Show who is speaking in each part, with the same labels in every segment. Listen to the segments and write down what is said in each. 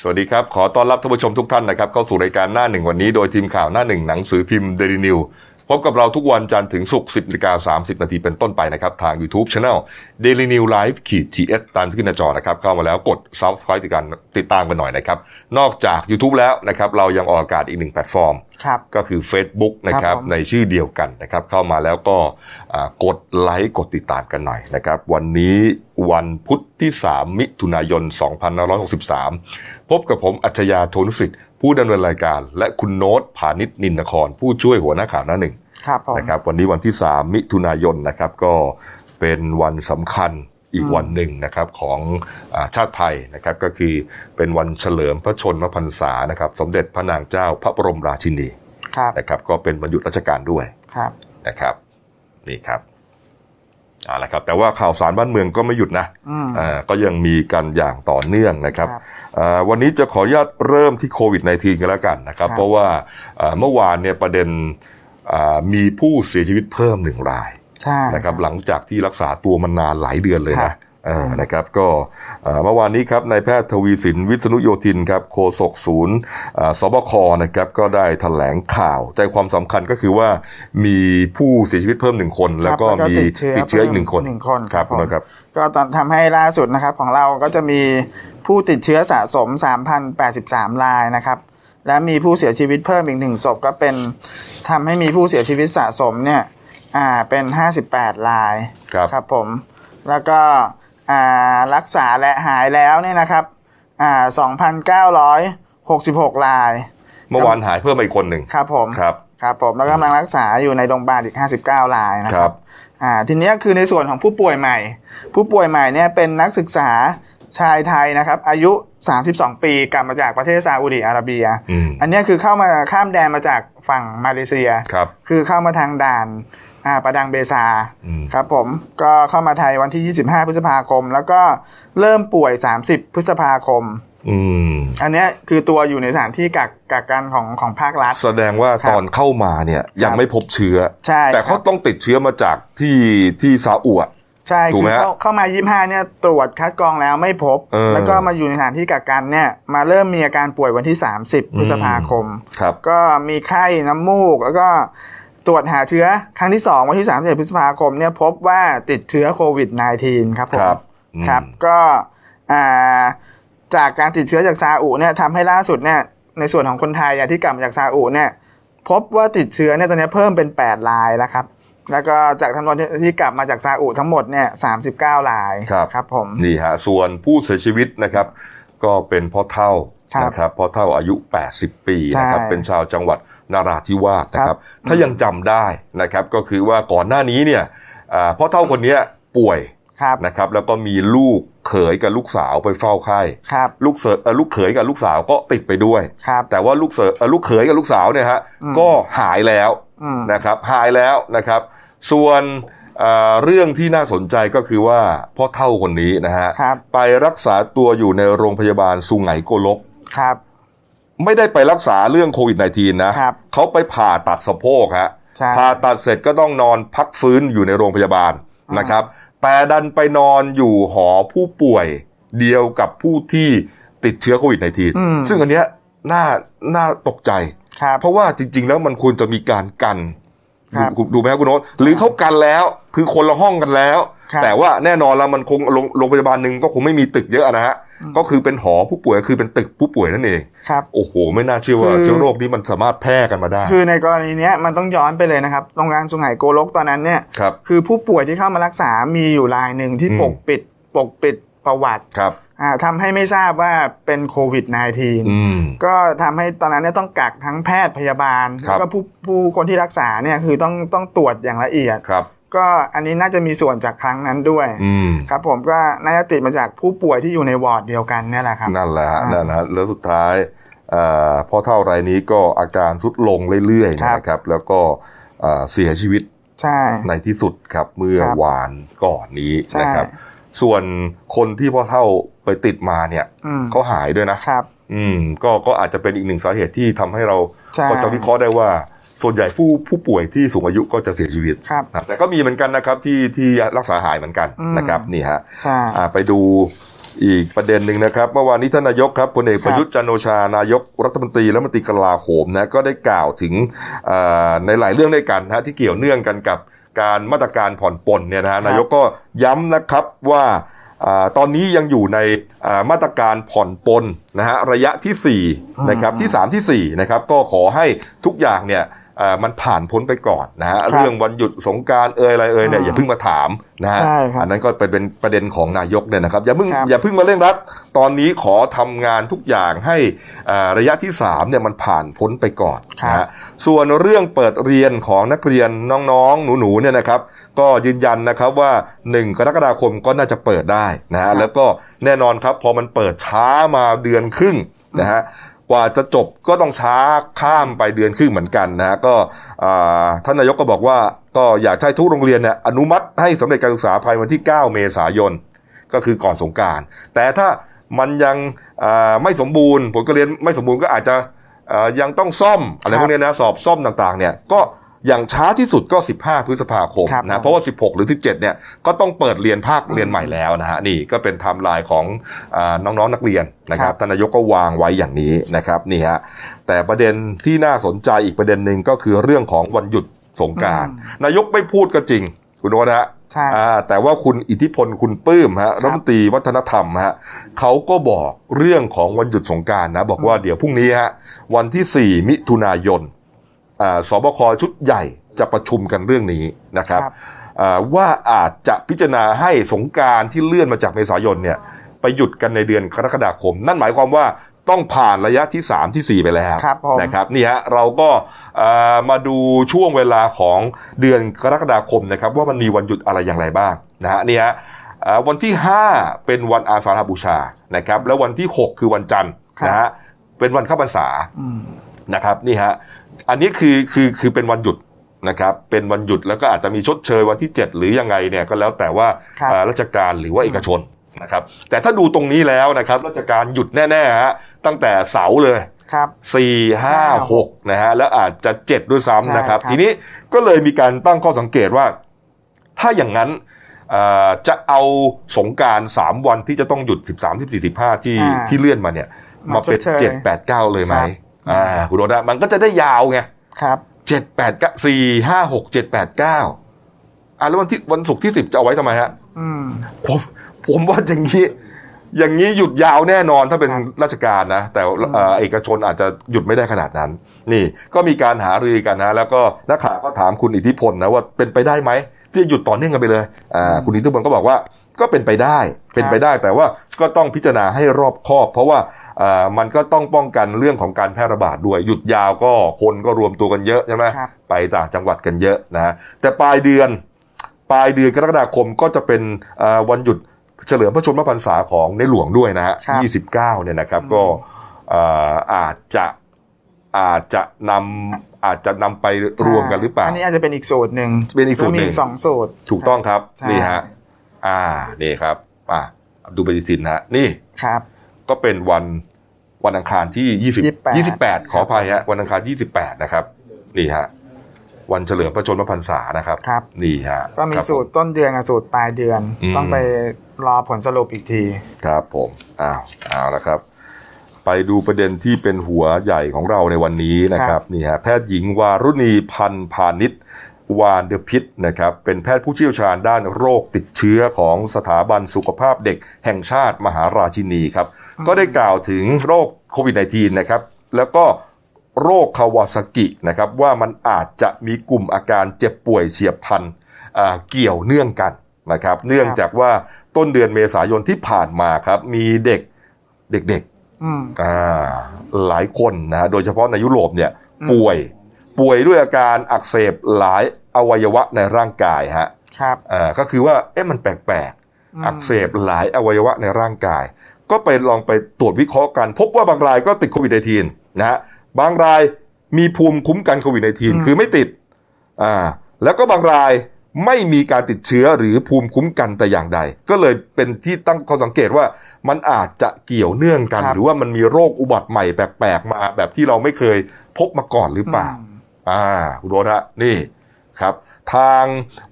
Speaker 1: สวัสดีครับ ขอต้อนรับท่านผู้ชมทุกท่านนะครับ เข้าสู่รายการหน้าหนึ่งวันนี้โดยทีมข่าวหน้าหนึ่งหนังสือพิมพ์เดลินิวพบกับเราทุกวันจันทร์ถึงศุกร์10นาฬิกา30 นาทีเป็นต้นไปนะครับ ทาง YouTube Channel Daily New Life ขีด GS ตามที่ขึ้นหน้าจอนะครับ เข้ามาแล้วกด Subscribe ติดการติดตามกันหน่อยนะครับ นอกจาก YouTube แล้วนะครับ เรายังออกอากาศอีกหนึ่งแพลตฟอร์ม
Speaker 2: ครับ
Speaker 1: ก็คือ Facebook นะค
Speaker 2: ครั
Speaker 1: รับบ
Speaker 2: ผม
Speaker 1: ในชื่อเดียวกันนะครับ เข้ามาแล้วก็อ่ากดไลค์กดติดตามกันหน่อยนะครับ วันนี้วันพุทธที่ 3 มิถุนายน 2563 พบกับผมอัจฉริยาโทนุสิทธิ์ ผู้ดำเนินรายการ และคุณโน้ตผานิชนินนคร ผู้ช่วยหัวหน้าข่าวหน้าหนึ่ง
Speaker 2: ครับผม
Speaker 1: นะครับวันนี้วันที่ 3 มิถุนายนนะครับก็เป็นวันสำคัญอีก
Speaker 2: อืม
Speaker 1: วันหนึ่งนะครับของอาชาติไทยนะครับก็คือเป็นวันเฉลิมพระชนมพรรษานะครับสมเด็จพระนางเจ้าพระบรมราชินี
Speaker 2: ครับ
Speaker 1: นะครับก็เป็นวันหยุดราชการด้วย
Speaker 2: ครับ
Speaker 1: นะครับนี่ครับเอาละครับแต่ว่าข่าวสารบ้านเมืองก็ไม่หยุดนะ
Speaker 2: อืม
Speaker 1: อ่าก็ยังมีกันอย่างต่อเนื่องนะครับ
Speaker 2: ครับ
Speaker 1: อ่าวันนี้จะขออนุญาตเริ่มที่โควิด -19 กันแล้วกันนะครับ
Speaker 2: ครับ
Speaker 1: เพราะว่าอ่าเมื่อวานเนี่ยประเด็นอ่ามีผู้เสียชีวิตเพิ่มหนึ่งราย
Speaker 2: ใช่
Speaker 1: นะครับหลังจากที่รักษาตัวมานานหลายเดือนเลย
Speaker 2: ครั
Speaker 1: นะ
Speaker 2: บ
Speaker 1: เออนะครับก็อ่าเมื่อวานนี้ครับนายแพทย์ทวีสินวิษณุโยธินครับโฆษกศูนย์อ่าสบคนะครับก็ได้ถแถลงข่าวใจความสำคัญก็คือว่ามีผู้เสียชีวิตเพิ่มหนึ่งคน แล้วก็มีติดเชื้ออีกหนึ่งคน
Speaker 2: หนึ่งคน
Speaker 1: ครับคุณนะครับ
Speaker 2: ก็ตอนทำให้ล่าสุดนะครับ ของเราก็จะมีผู้ติดเชื้อสะสม 3,083 รายนะครับ และมีผู้เสียชีวิตเพิ่มอีกหนึ่งศพก็เป็นทำให้มีผู้เสียชีวิตสะสมเนี่ย อ่า เป็น 58 ราย
Speaker 1: ครับ
Speaker 2: ครับผม แล้วก็ อ่า รักษาและหายแล้วเนี่ยนะครับ อ่า 2,966 ราย
Speaker 1: เมื่อวานหายเพิ่มมาอีกคนหนึ่ง
Speaker 2: ครับผม
Speaker 1: ครับ
Speaker 2: ครับผมแล้วก็กำลังรักษาอยู่ในโรงพยาบาลอีก 59 รายนะ
Speaker 1: ค
Speaker 2: ค
Speaker 1: รั
Speaker 2: รับบ อ่าทีเนี้ยคือในส่วนของผู้ป่วยใหม่ ผู้ป่วยใหม่เนี่ยเป็นนักศึกษาชายไทยนะครับ อายุ 32 ปีกลับมาจากประเทศซาอุดิอาระเบีย
Speaker 1: อืม
Speaker 2: อันเนี้ยคือเข้ามาข้ามแดนมาจากฝั่งมาเลเซีย
Speaker 1: ครับ
Speaker 2: คือเข้ามาทางด่านอ่าประดังเบซา
Speaker 1: อืม
Speaker 2: ครับผมก็เข้ามาไทยวันที่ 25 พฤษภาคม แล้วก็เริ่มป่วย 30 พฤษภาคม
Speaker 1: อืม
Speaker 2: อันเนี้ยคือตัวอยู่ในสถานที่กักกักกันของของภาครัฐ
Speaker 1: แสดงว่า
Speaker 2: ครับ
Speaker 1: ตอนเข้ามาเนี่ยยัง
Speaker 2: ครับ
Speaker 1: ไม่พบเชื้อ
Speaker 2: ใช่
Speaker 1: แต่
Speaker 2: ครั
Speaker 1: เขา
Speaker 2: บ
Speaker 1: ต้องติดเชื้อมาจากที่ที่ซาอุอะ
Speaker 2: ใช่
Speaker 1: ถูกไห
Speaker 2: คื
Speaker 1: ม
Speaker 2: อ
Speaker 1: ฮะ
Speaker 2: เข้าเข้ามา 25 เนี่ยตรวจคัดกรองแล้วไม่พบ
Speaker 1: เออ
Speaker 2: แล้วก็มาอยู่ในสถานที่กักกันเนี่ยมาเริ่มมีอาการป่วยวันที่ 30 พฤษภาคม
Speaker 1: ครับ
Speaker 2: ก็มีไข้น้ำมูก แล้วก็ตรวจหาเชื้อครั้งที่ 2 วันที่31พฤษภาคมเนี่ยพบว่าติดเชื้อโควิด -19 ครับผ
Speaker 1: ค
Speaker 2: ม
Speaker 1: รับอืม
Speaker 2: ครับก็อ่าจากการติดเชื้อจากซาอุเนี่ยทำให้ล่าสุดเนี่ยในส่วนของคนไทยอะที่กลับมาจากซาอุเนี่ยพบว่าติดเชื้อเนี่ยตอนนี้เพิ่มเป็น 8 รายแล้วครับ แล้วก็จากทั้งหมดที่กลับมาจากซาอุทั้งหมดเนี่ย39 ราย
Speaker 1: ครับ
Speaker 2: ครับผม
Speaker 1: นี่ฮะส่วนผู้เสียชีวิตนะครับ ก็เป็นพ่อเท่า
Speaker 2: ครับ
Speaker 1: นะครับพ่อเท่าอายุ 80 ปีนะครับ
Speaker 2: ใช่
Speaker 1: เป็นชาวจังหวัดนาราธิวาสนะค
Speaker 2: ครั
Speaker 1: รับ
Speaker 2: บ
Speaker 1: ถ้ายังจำได้นะครับก็คือว่าก่อนหน้านี้เนี่ยอ่าพ่อเท่าคนเนี้ยป่วย
Speaker 2: ครับ
Speaker 1: นะครับ แล้วก็มีลูกเขยกับลูกสาวไปเฝ้าไข้
Speaker 2: ครับ
Speaker 1: ลูกเสเอ่อลูกเขยกับลูกสาวก็ติดไปด้วย
Speaker 2: ครับ
Speaker 1: แต่ว่าลูกเสเอ่อลูกเขยกับลูกสาวเนี่ยฮะ
Speaker 2: อืม
Speaker 1: ก็หายแล้ว
Speaker 2: อืม
Speaker 1: นะครับหายแล้วนะครับ ส่วนเอ่อเรื่องที่น่าสนใจก็คือว่าพ่อเท่าคนนี้นะฮะ
Speaker 2: ครับ
Speaker 1: ไปรักษาตัวอยู่ในโรงพยาบาลสุไหงโกลก
Speaker 2: ครับ
Speaker 1: ไม่ได้ไปรักษาเรื่องโควิด -19 นะครับ เขาไปผ่าตัดสะโพกฮะ
Speaker 2: ใช่
Speaker 1: ผ่าตัดเสร็จก็ต้องนอนพักฟื้นอยู่ในโรงพยาบาล
Speaker 2: อ่าน
Speaker 1: นะครับ แต่ดันไปนอนอยู่หอผู้ป่วยเดียวกับผู้ที่ติดเชื้อโควิด -19 ซึ่งอันเนี้ยน่าน่าตกใจ
Speaker 2: ครับ
Speaker 1: เพราะว่าจริง ๆ แล้วมันควรจะมีการกัน
Speaker 2: ครั
Speaker 1: ดู
Speaker 2: บ
Speaker 1: ดูไหมครับคุณโน้ตหรือเขากันแล้วคือคนละห้องกันแล้ว
Speaker 2: ครับ
Speaker 1: แต่ว่าแน่นอนแล้วมันคงโรงโรงพยาบาลหนึ่งก็คงไม่มีตึกเยอะนะฮะ
Speaker 2: อืม
Speaker 1: ก็คือเป็นหอผู้ป่วยคือเป็นตึกผู้ป่วยนั่นเอง
Speaker 2: ครับ
Speaker 1: โอ้โห ไม่น่าเชื่อว่า
Speaker 2: คือ
Speaker 1: เชื้อโรคนี้มันสามารถแพร่กันมาได้
Speaker 2: คือในกรณีเนี้ยมันต้องย้อนไปเลยนะครับโรงงานสุไหงโกลกตอนนั้นเนี่ย
Speaker 1: ครับ
Speaker 2: คือผู้ป่วยที่เข้ามารักษามีอยู่รายหนึ่งที่
Speaker 1: อืม
Speaker 2: ปกปิดปกปิดประวัติ
Speaker 1: ครับ
Speaker 2: อ่าทำให้ไม่ทราบว่าเป็นโควิด
Speaker 1: อืม
Speaker 2: -19 ก็ทำให้ตอนนั้นเนี่ยต้องกักทั้งแพทย์พยาบาล
Speaker 1: ครับ
Speaker 2: แล้วก็ผู้ผู้คนที่รักษาเนี่ยคือต้องต้องตรวจอย่างละเอียด
Speaker 1: ครับ
Speaker 2: ก็อันนี้น่าจะมีส่วนจากครั้งนั้นด้วย
Speaker 1: อืม
Speaker 2: ครับผมก็น่าจะติดมาจากผู้ป่วยที่อยู่ในวอร์ดเดียวกันเนี่ยแหละครับ
Speaker 1: นั่นแหละฮะ
Speaker 2: อ่านั่
Speaker 1: นั่นนะฮะแล้วสุดท้ายเอ่อพ่อเท่ารายนี้ก็อาการทรุดลงเรื่อยๆ
Speaker 2: ครับ
Speaker 1: นะครับ แล้วก็เอ่อเสียชีวิต
Speaker 2: ใช่
Speaker 1: ในที่สุดครับเมื่อ
Speaker 2: ครับ
Speaker 1: วานก่อนนี้
Speaker 2: ใช่
Speaker 1: นะครับ ส่วนคนที่พ่อเท่าไปติดมาเนี่ย
Speaker 2: อืม
Speaker 1: เขาหายด้วยนะครับ อืมก็ก็อาจจะเป็นอีกหนึ่งสาเหตุที่ทำให้เรา
Speaker 2: ใช่
Speaker 1: ก็จะวิเคราะห์ได้ว่า ส่วนใหญ่ผู้ผู้ป่วยที่สูงอายุก็จะเสียชีวิต
Speaker 2: ครับ
Speaker 1: นะแต่ก็มีเหมือนกันนะครับที่ที่รักษาหายเหมือนกัน
Speaker 2: อืม
Speaker 1: นะครับนี่ฮะ
Speaker 2: ใช่
Speaker 1: อ่าไปดู อีกประเด็นหนึ่งนะครับเมื่อวานนี้ท่านนายกครับพลเอก
Speaker 2: ครับ
Speaker 1: ประยุทธ์จันทร์โอชานายกรัฐมนตรีและรัฐมนตรีกลาโหมนะก็ได้กล่าวถึงเอ่อในหลายเรื่องด้วยกันนะฮะที่เกี่ยวเนื่องกันกับการมาตรการผ่อนปลนเนี่ยนะฮะนายกก็ย้ำนะครับว่าอ่าตอนนี้ยังอยู่ในอ่ามาตรการผ่อนปลนนะฮะระยะทีสี่4นะครับที่ 3 ทีสี่4นะครับก็ขอให้ทุกอย่างเนี่ยเอ่อมันผ่านพ้นไปก่อนนะฮะเรื่องวันหยุดสงกรารเอ่ยอะไรเอ่ยเนี่ยอย่าเพิ่งมาถามนะฮะ
Speaker 2: ใช่ครับ
Speaker 1: อันนั้นก็เป็นเป็นประเด็นของนายกเนี่ยนะครับอย่าเพิ่ง
Speaker 2: ครับ
Speaker 1: อย่าเพิ่งมาเร่งรัด ตอนนี้ขอทำงานทุกอย่างให้อ่าระยะที่3เนี่ยมันผ่านพ้นไปก่อน
Speaker 2: ครับ
Speaker 1: นะฮะส่วนเรื่องเปิดเรียนของนักเรียนน้องๆ หนูๆเนี่ยนะครับ ก็ยืนยันนะครับว่า 1 กรกฎาคมก็น่าจะเปิดได้นะ
Speaker 2: ครั
Speaker 1: ฮะ
Speaker 2: บ
Speaker 1: แล้วก็แน่นอนครับพอมันเปิดช้ามาเดือนครึ่งนะฮะกว่าจะจบก็ต้องช้าข้ามไปเดือนครึ่งเหมือนกันนะฮะก็อ่าท่านนายกก็บอกว่าก็อยากให้ทุกโรงเรียนเนี่ยอนุมัติให้สำเร็จการศึกษาภายในวันที่ 9 เมษายน ก็คือก่อนสงกราร แต่ถ้ามันยังเอ่อไม่สมบูรณ์ผลการเรียนไม่สมบูรณ์ก็อาจจะเอ่อยังต้องซ่อมอะไร
Speaker 2: ครับ
Speaker 1: พวกเนี้ยนะสอบซ่อมต่างๆเนี่ยก็อย่างช้าที่สุดก็ 15 พฤษภาคม
Speaker 2: ครับ
Speaker 1: นะเพราะว่า 16 หรือ 17เนี่ยก็ต้องเปิดเรียนภาคเรียนใหม่แล้วนะฮะนี่ก็เป็นไทม์ไลน์ของอาน้องๆนักเรียนนะครับ
Speaker 2: ครับ
Speaker 1: ท่านนายกก็วางไว้อย่างนี้นะครับนี่ฮะแต่ประเด็นที่น่าสนใจอีกประเด็นหนึ่งก็คือเรื่องของวันหยุดสงกรารนายกไม่พูดก็จริงคุณโนตนะฮะ
Speaker 2: ใช่
Speaker 1: อ่าแต่ว่าคุณอิทธิพลคุณปื้มฮะรัฐมนตรีวัฒนธรรมฮะเขาก็บอกเรื่องของวันหยุดสงกรารนะ บอกว่าเดี๋ยวพรุ่งนี้ฮะวันที่ 4 มิถุนายนอ่าสบคชุดใหญ่จะประชุมกันเรื่องนี้นะครับ
Speaker 2: ครับ
Speaker 1: อ่าว่าอาจจะพิจารณาให้สงกรารที่เลื่อนมาจากเมษายนเนี่ยไปหยุดกันในเดือนกรกฎาคม นั่นหมายความว่าต้องผ่านระยะที่ 3 ที่ 4 ไปแล้ว
Speaker 2: ครับผม
Speaker 1: นะครับนี่ฮะเราก็เอ่อมาดูช่วงเวลาของเดือนกรกฎาคมนะครับว่ามันมีวันหยุดอะไรอย่างไรบ้างนะฮะนี่ฮะเอ่อวันที่ 5 เป็นวันอาสาฬหบูชานะครับแล้ววันที่ 6 คือวันจันทร์
Speaker 2: ครับ
Speaker 1: นะฮะเป็นวันเข้าพรรษา
Speaker 2: อืม
Speaker 1: นะครับนี่ฮะอันนี้คือคือคือเป็นวันหยุดนะครับเป็นวันหยุดแล้วก็อาจจะมีชดเชยวันที่ 7 หรือยังไงเนี่ยก็แล้วแต่ว่า
Speaker 2: ครับ
Speaker 1: เอ่อราชการหรือว่าเอกชนนะครับแต่ถ้าดูตรงนี้แล้วนะครับราชการหยุดแน่ๆฮะตั้งแต่เสาร์เลย
Speaker 2: ครับ
Speaker 1: สี่ห้าหกนะฮะแล้วอาจจะเจ็ดด้วย
Speaker 2: ใช่
Speaker 1: ซ้ำนะครับ
Speaker 2: ครับ
Speaker 1: ทีนี้ก็เลยมีการตั้งข้อสังเกตว่า ถ้าอย่างนั้นเอ่อจะเอาสงกรารสามวันที่จะต้องหยุดสิบสามสิบสี่สิบห้าที่ที่เลื่อนมาเนี่ย มาเป็น
Speaker 2: ชดชย
Speaker 1: เจ็ดแปดเก้าเลยไหม
Speaker 2: ครับ
Speaker 1: อ่าคุณโรดะมันก็จะได้ยาวไง
Speaker 2: ครับ
Speaker 1: เจ็ดแปดเก้าสี่ห้าหกเจ็ดแปดเก้าอ่ะแล้ววันที่วันศุกร์ที่สิบจะเอาไว้ทำไมฮะ
Speaker 2: อืม
Speaker 1: ผมผมว่าอย่างนี้ อย่างนี้หยุดยาวแน่นอนถ้าเป็น
Speaker 2: ครับ
Speaker 1: ราชการนะ แต่เอ่อเอกชนอาจจะหยุดไม่ได้ขนาดนั้น นี่ก็มีการหารือกันนะ แล้วก็นักข่าวก็ถามคุณอิทธิพลนะว่าเป็นไปได้ไหมที่จะหยุดต่อเนื่องกันไปเลยอ่าคุณอิทธิพลก็บอกว่าก็เป็นไปได้เป็นไปได้แต่ว่าก็ต้องพิจารณาให้รอบคอบ เพราะว่าอ่ามันก็ต้องป้องกันเรื่องของการแพร่ระบาดด้วย หยุดยาวก็คนก็รวมตัวกันเยอะใช่ไหม
Speaker 2: ครับ
Speaker 1: ไปต่างจังหวัดกันเยอะนะแต่ปลายเดือน ปลายเดือนกรกฎาคมก็จะเป็นเอ่อวันหยุดเฉลิมพระชนมพรรษาของในหลวงด้วยนะฮะ
Speaker 2: ครับ
Speaker 1: 29เนี่ยนะครับก็เอ่ออาจจะอาจจะนำอาจจะนำไปรวมกันหรือเปล่า
Speaker 2: อันนี้อาจจะเป็นอีกสูตรหนึ่ง
Speaker 1: เป็นอีกสูตรหนึ่ง
Speaker 2: แล้วมีอีกสองสูตร
Speaker 1: ถูกต้องครับ
Speaker 2: ใช่
Speaker 1: นี่ฮะอ่านี่ครับอ่าดูปฏิทินนะฮะนี่
Speaker 2: ครับ
Speaker 1: ก็เป็นวันวันอังคารที่20
Speaker 2: 28
Speaker 1: 28 ขออภัยฮะวันอังคาร 28 นะครับนี่ฮะวันเฉลิมพระชนมพรรษานะครับ
Speaker 2: ครับ
Speaker 1: นี่ฮะ
Speaker 2: ก็มี
Speaker 1: ครับผ
Speaker 2: สูตรต้นเดือนกับสูตรปลายเดือน
Speaker 1: อืม
Speaker 2: ต้องไปรอผลสรุปอีกที
Speaker 1: ครับผมอ้าวเอาละครับ ไปดูประเด็นที่เป็นหัวใหญ่ของเราในวันนี้นะครับนี่ฮะแพทย์หญิงวารุณีพันธ์พาณิชย์วานเดพิษนะครับ เป็นแพทย์ผู้เชี่ยวชาญด้านโรคติดเชื้อของสถาบันสุขภาพเด็กแห่งชาติมหาราชินีครับ ก็ได้กล่าวถึงโรคโควิด -19 นะครับ แล้วก็โรคคาวาซากินะครับ ว่ามันอาจจะมีกลุ่มอาการเจ็บป่วยเฉียบพลันอ่าเกี่ยวเนื่องกันนะครับ เนื่องจากว่าต้นเดือนเมษายนที่ผ่านมาครับ มีเด็กเด็กๆ
Speaker 2: อืม
Speaker 1: อ่าหลายคนนะฮะโดยเฉพาะในยุโรปเนี่ย
Speaker 2: อืม
Speaker 1: ป่วยป่วยด้วยอาการอักเสบหลายอวัยวะในร่างกายฮะ
Speaker 2: ครับ
Speaker 1: อ่าก็คือว่าเอ๊ะมันแปลก
Speaker 2: ม
Speaker 1: ๆ อักเสบหลายอวัยวะในร่างกาย ก็ไปลองไปตรวจวิเคราะห์กัน พบว่าบางรายก็ติดโควิด -19 นะฮะบางรายมีภูมิคุ้มกันโควิด -19 คือไม่ติดอ่าแล้วก็บางรายไม่มีการติดเชื้อหรือภูมิคุ้มกันแต่อย่างใด ก็เลยเป็นที่ตั้งข้อสังเกตว่ามันอาจจะเกี่ยวเนื่องกัน หรือว่ามันมีโรคอุบัติใหม่แปลกๆมา แบบที่เราไม่เคยพบมาก่อนหรือเปล่า
Speaker 2: อืม
Speaker 1: อ่าคุณโรสฮะนี่ครับ ทาง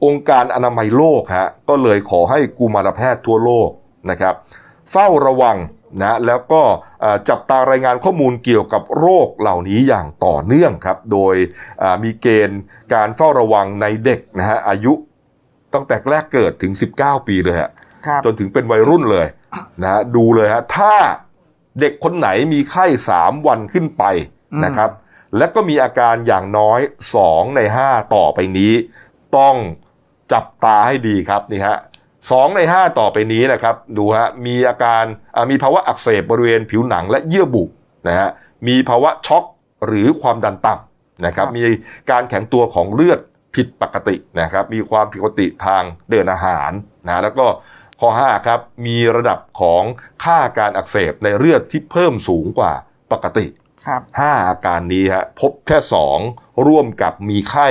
Speaker 1: องค์การอนามัยโลกฮะก็เลยขอให้กุมารแพทย์ทั่วโลกนะครับ เฝ้าระวังนะแล้วก็เอ่อจับตารายงานข้อมูลเกี่ยวกับโรคเหล่านี้อย่างต่อเนื่องครับ โดยเอ่อมีเกณฑ์การเฝ้าระวังในเด็กนะฮะอายุตั้งแต่แรกเกิดถึง 19 ปีเลยฮะ
Speaker 2: ครับ
Speaker 1: จนถึงเป็นวัยรุ่นเลยนะฮะดูเลยฮะถ้าเด็กคนไหนมีไข้สามวันขึ้นไป
Speaker 2: อืม
Speaker 1: นะครับ และก็มีอาการอย่างน้อยสองในห้าต่อไปนี้ ต้องจับตาให้ดีครับนี่ฮะสองในห้าต่อไปนี้นะครับ ดูฮะมีอาการอ่ามีภาวะอักเสบบริเวณผิวหนังและเยื่อบุนะฮะมีภาวะช็อกหรือความดันต่ำนะครับ มีการแข็งตัวของเลือดผิดปกตินะครับ มีความผิดปกติทางเดินอาหารนะแล้วก็ข้อ5ครับมีระดับของค่าการอักเสบในเลือดที่เพิ่มสูงกว่าปกติ
Speaker 2: ครับ
Speaker 1: ห้าอาการนี้ฮะพบแค่สองร่วมกับมีไข้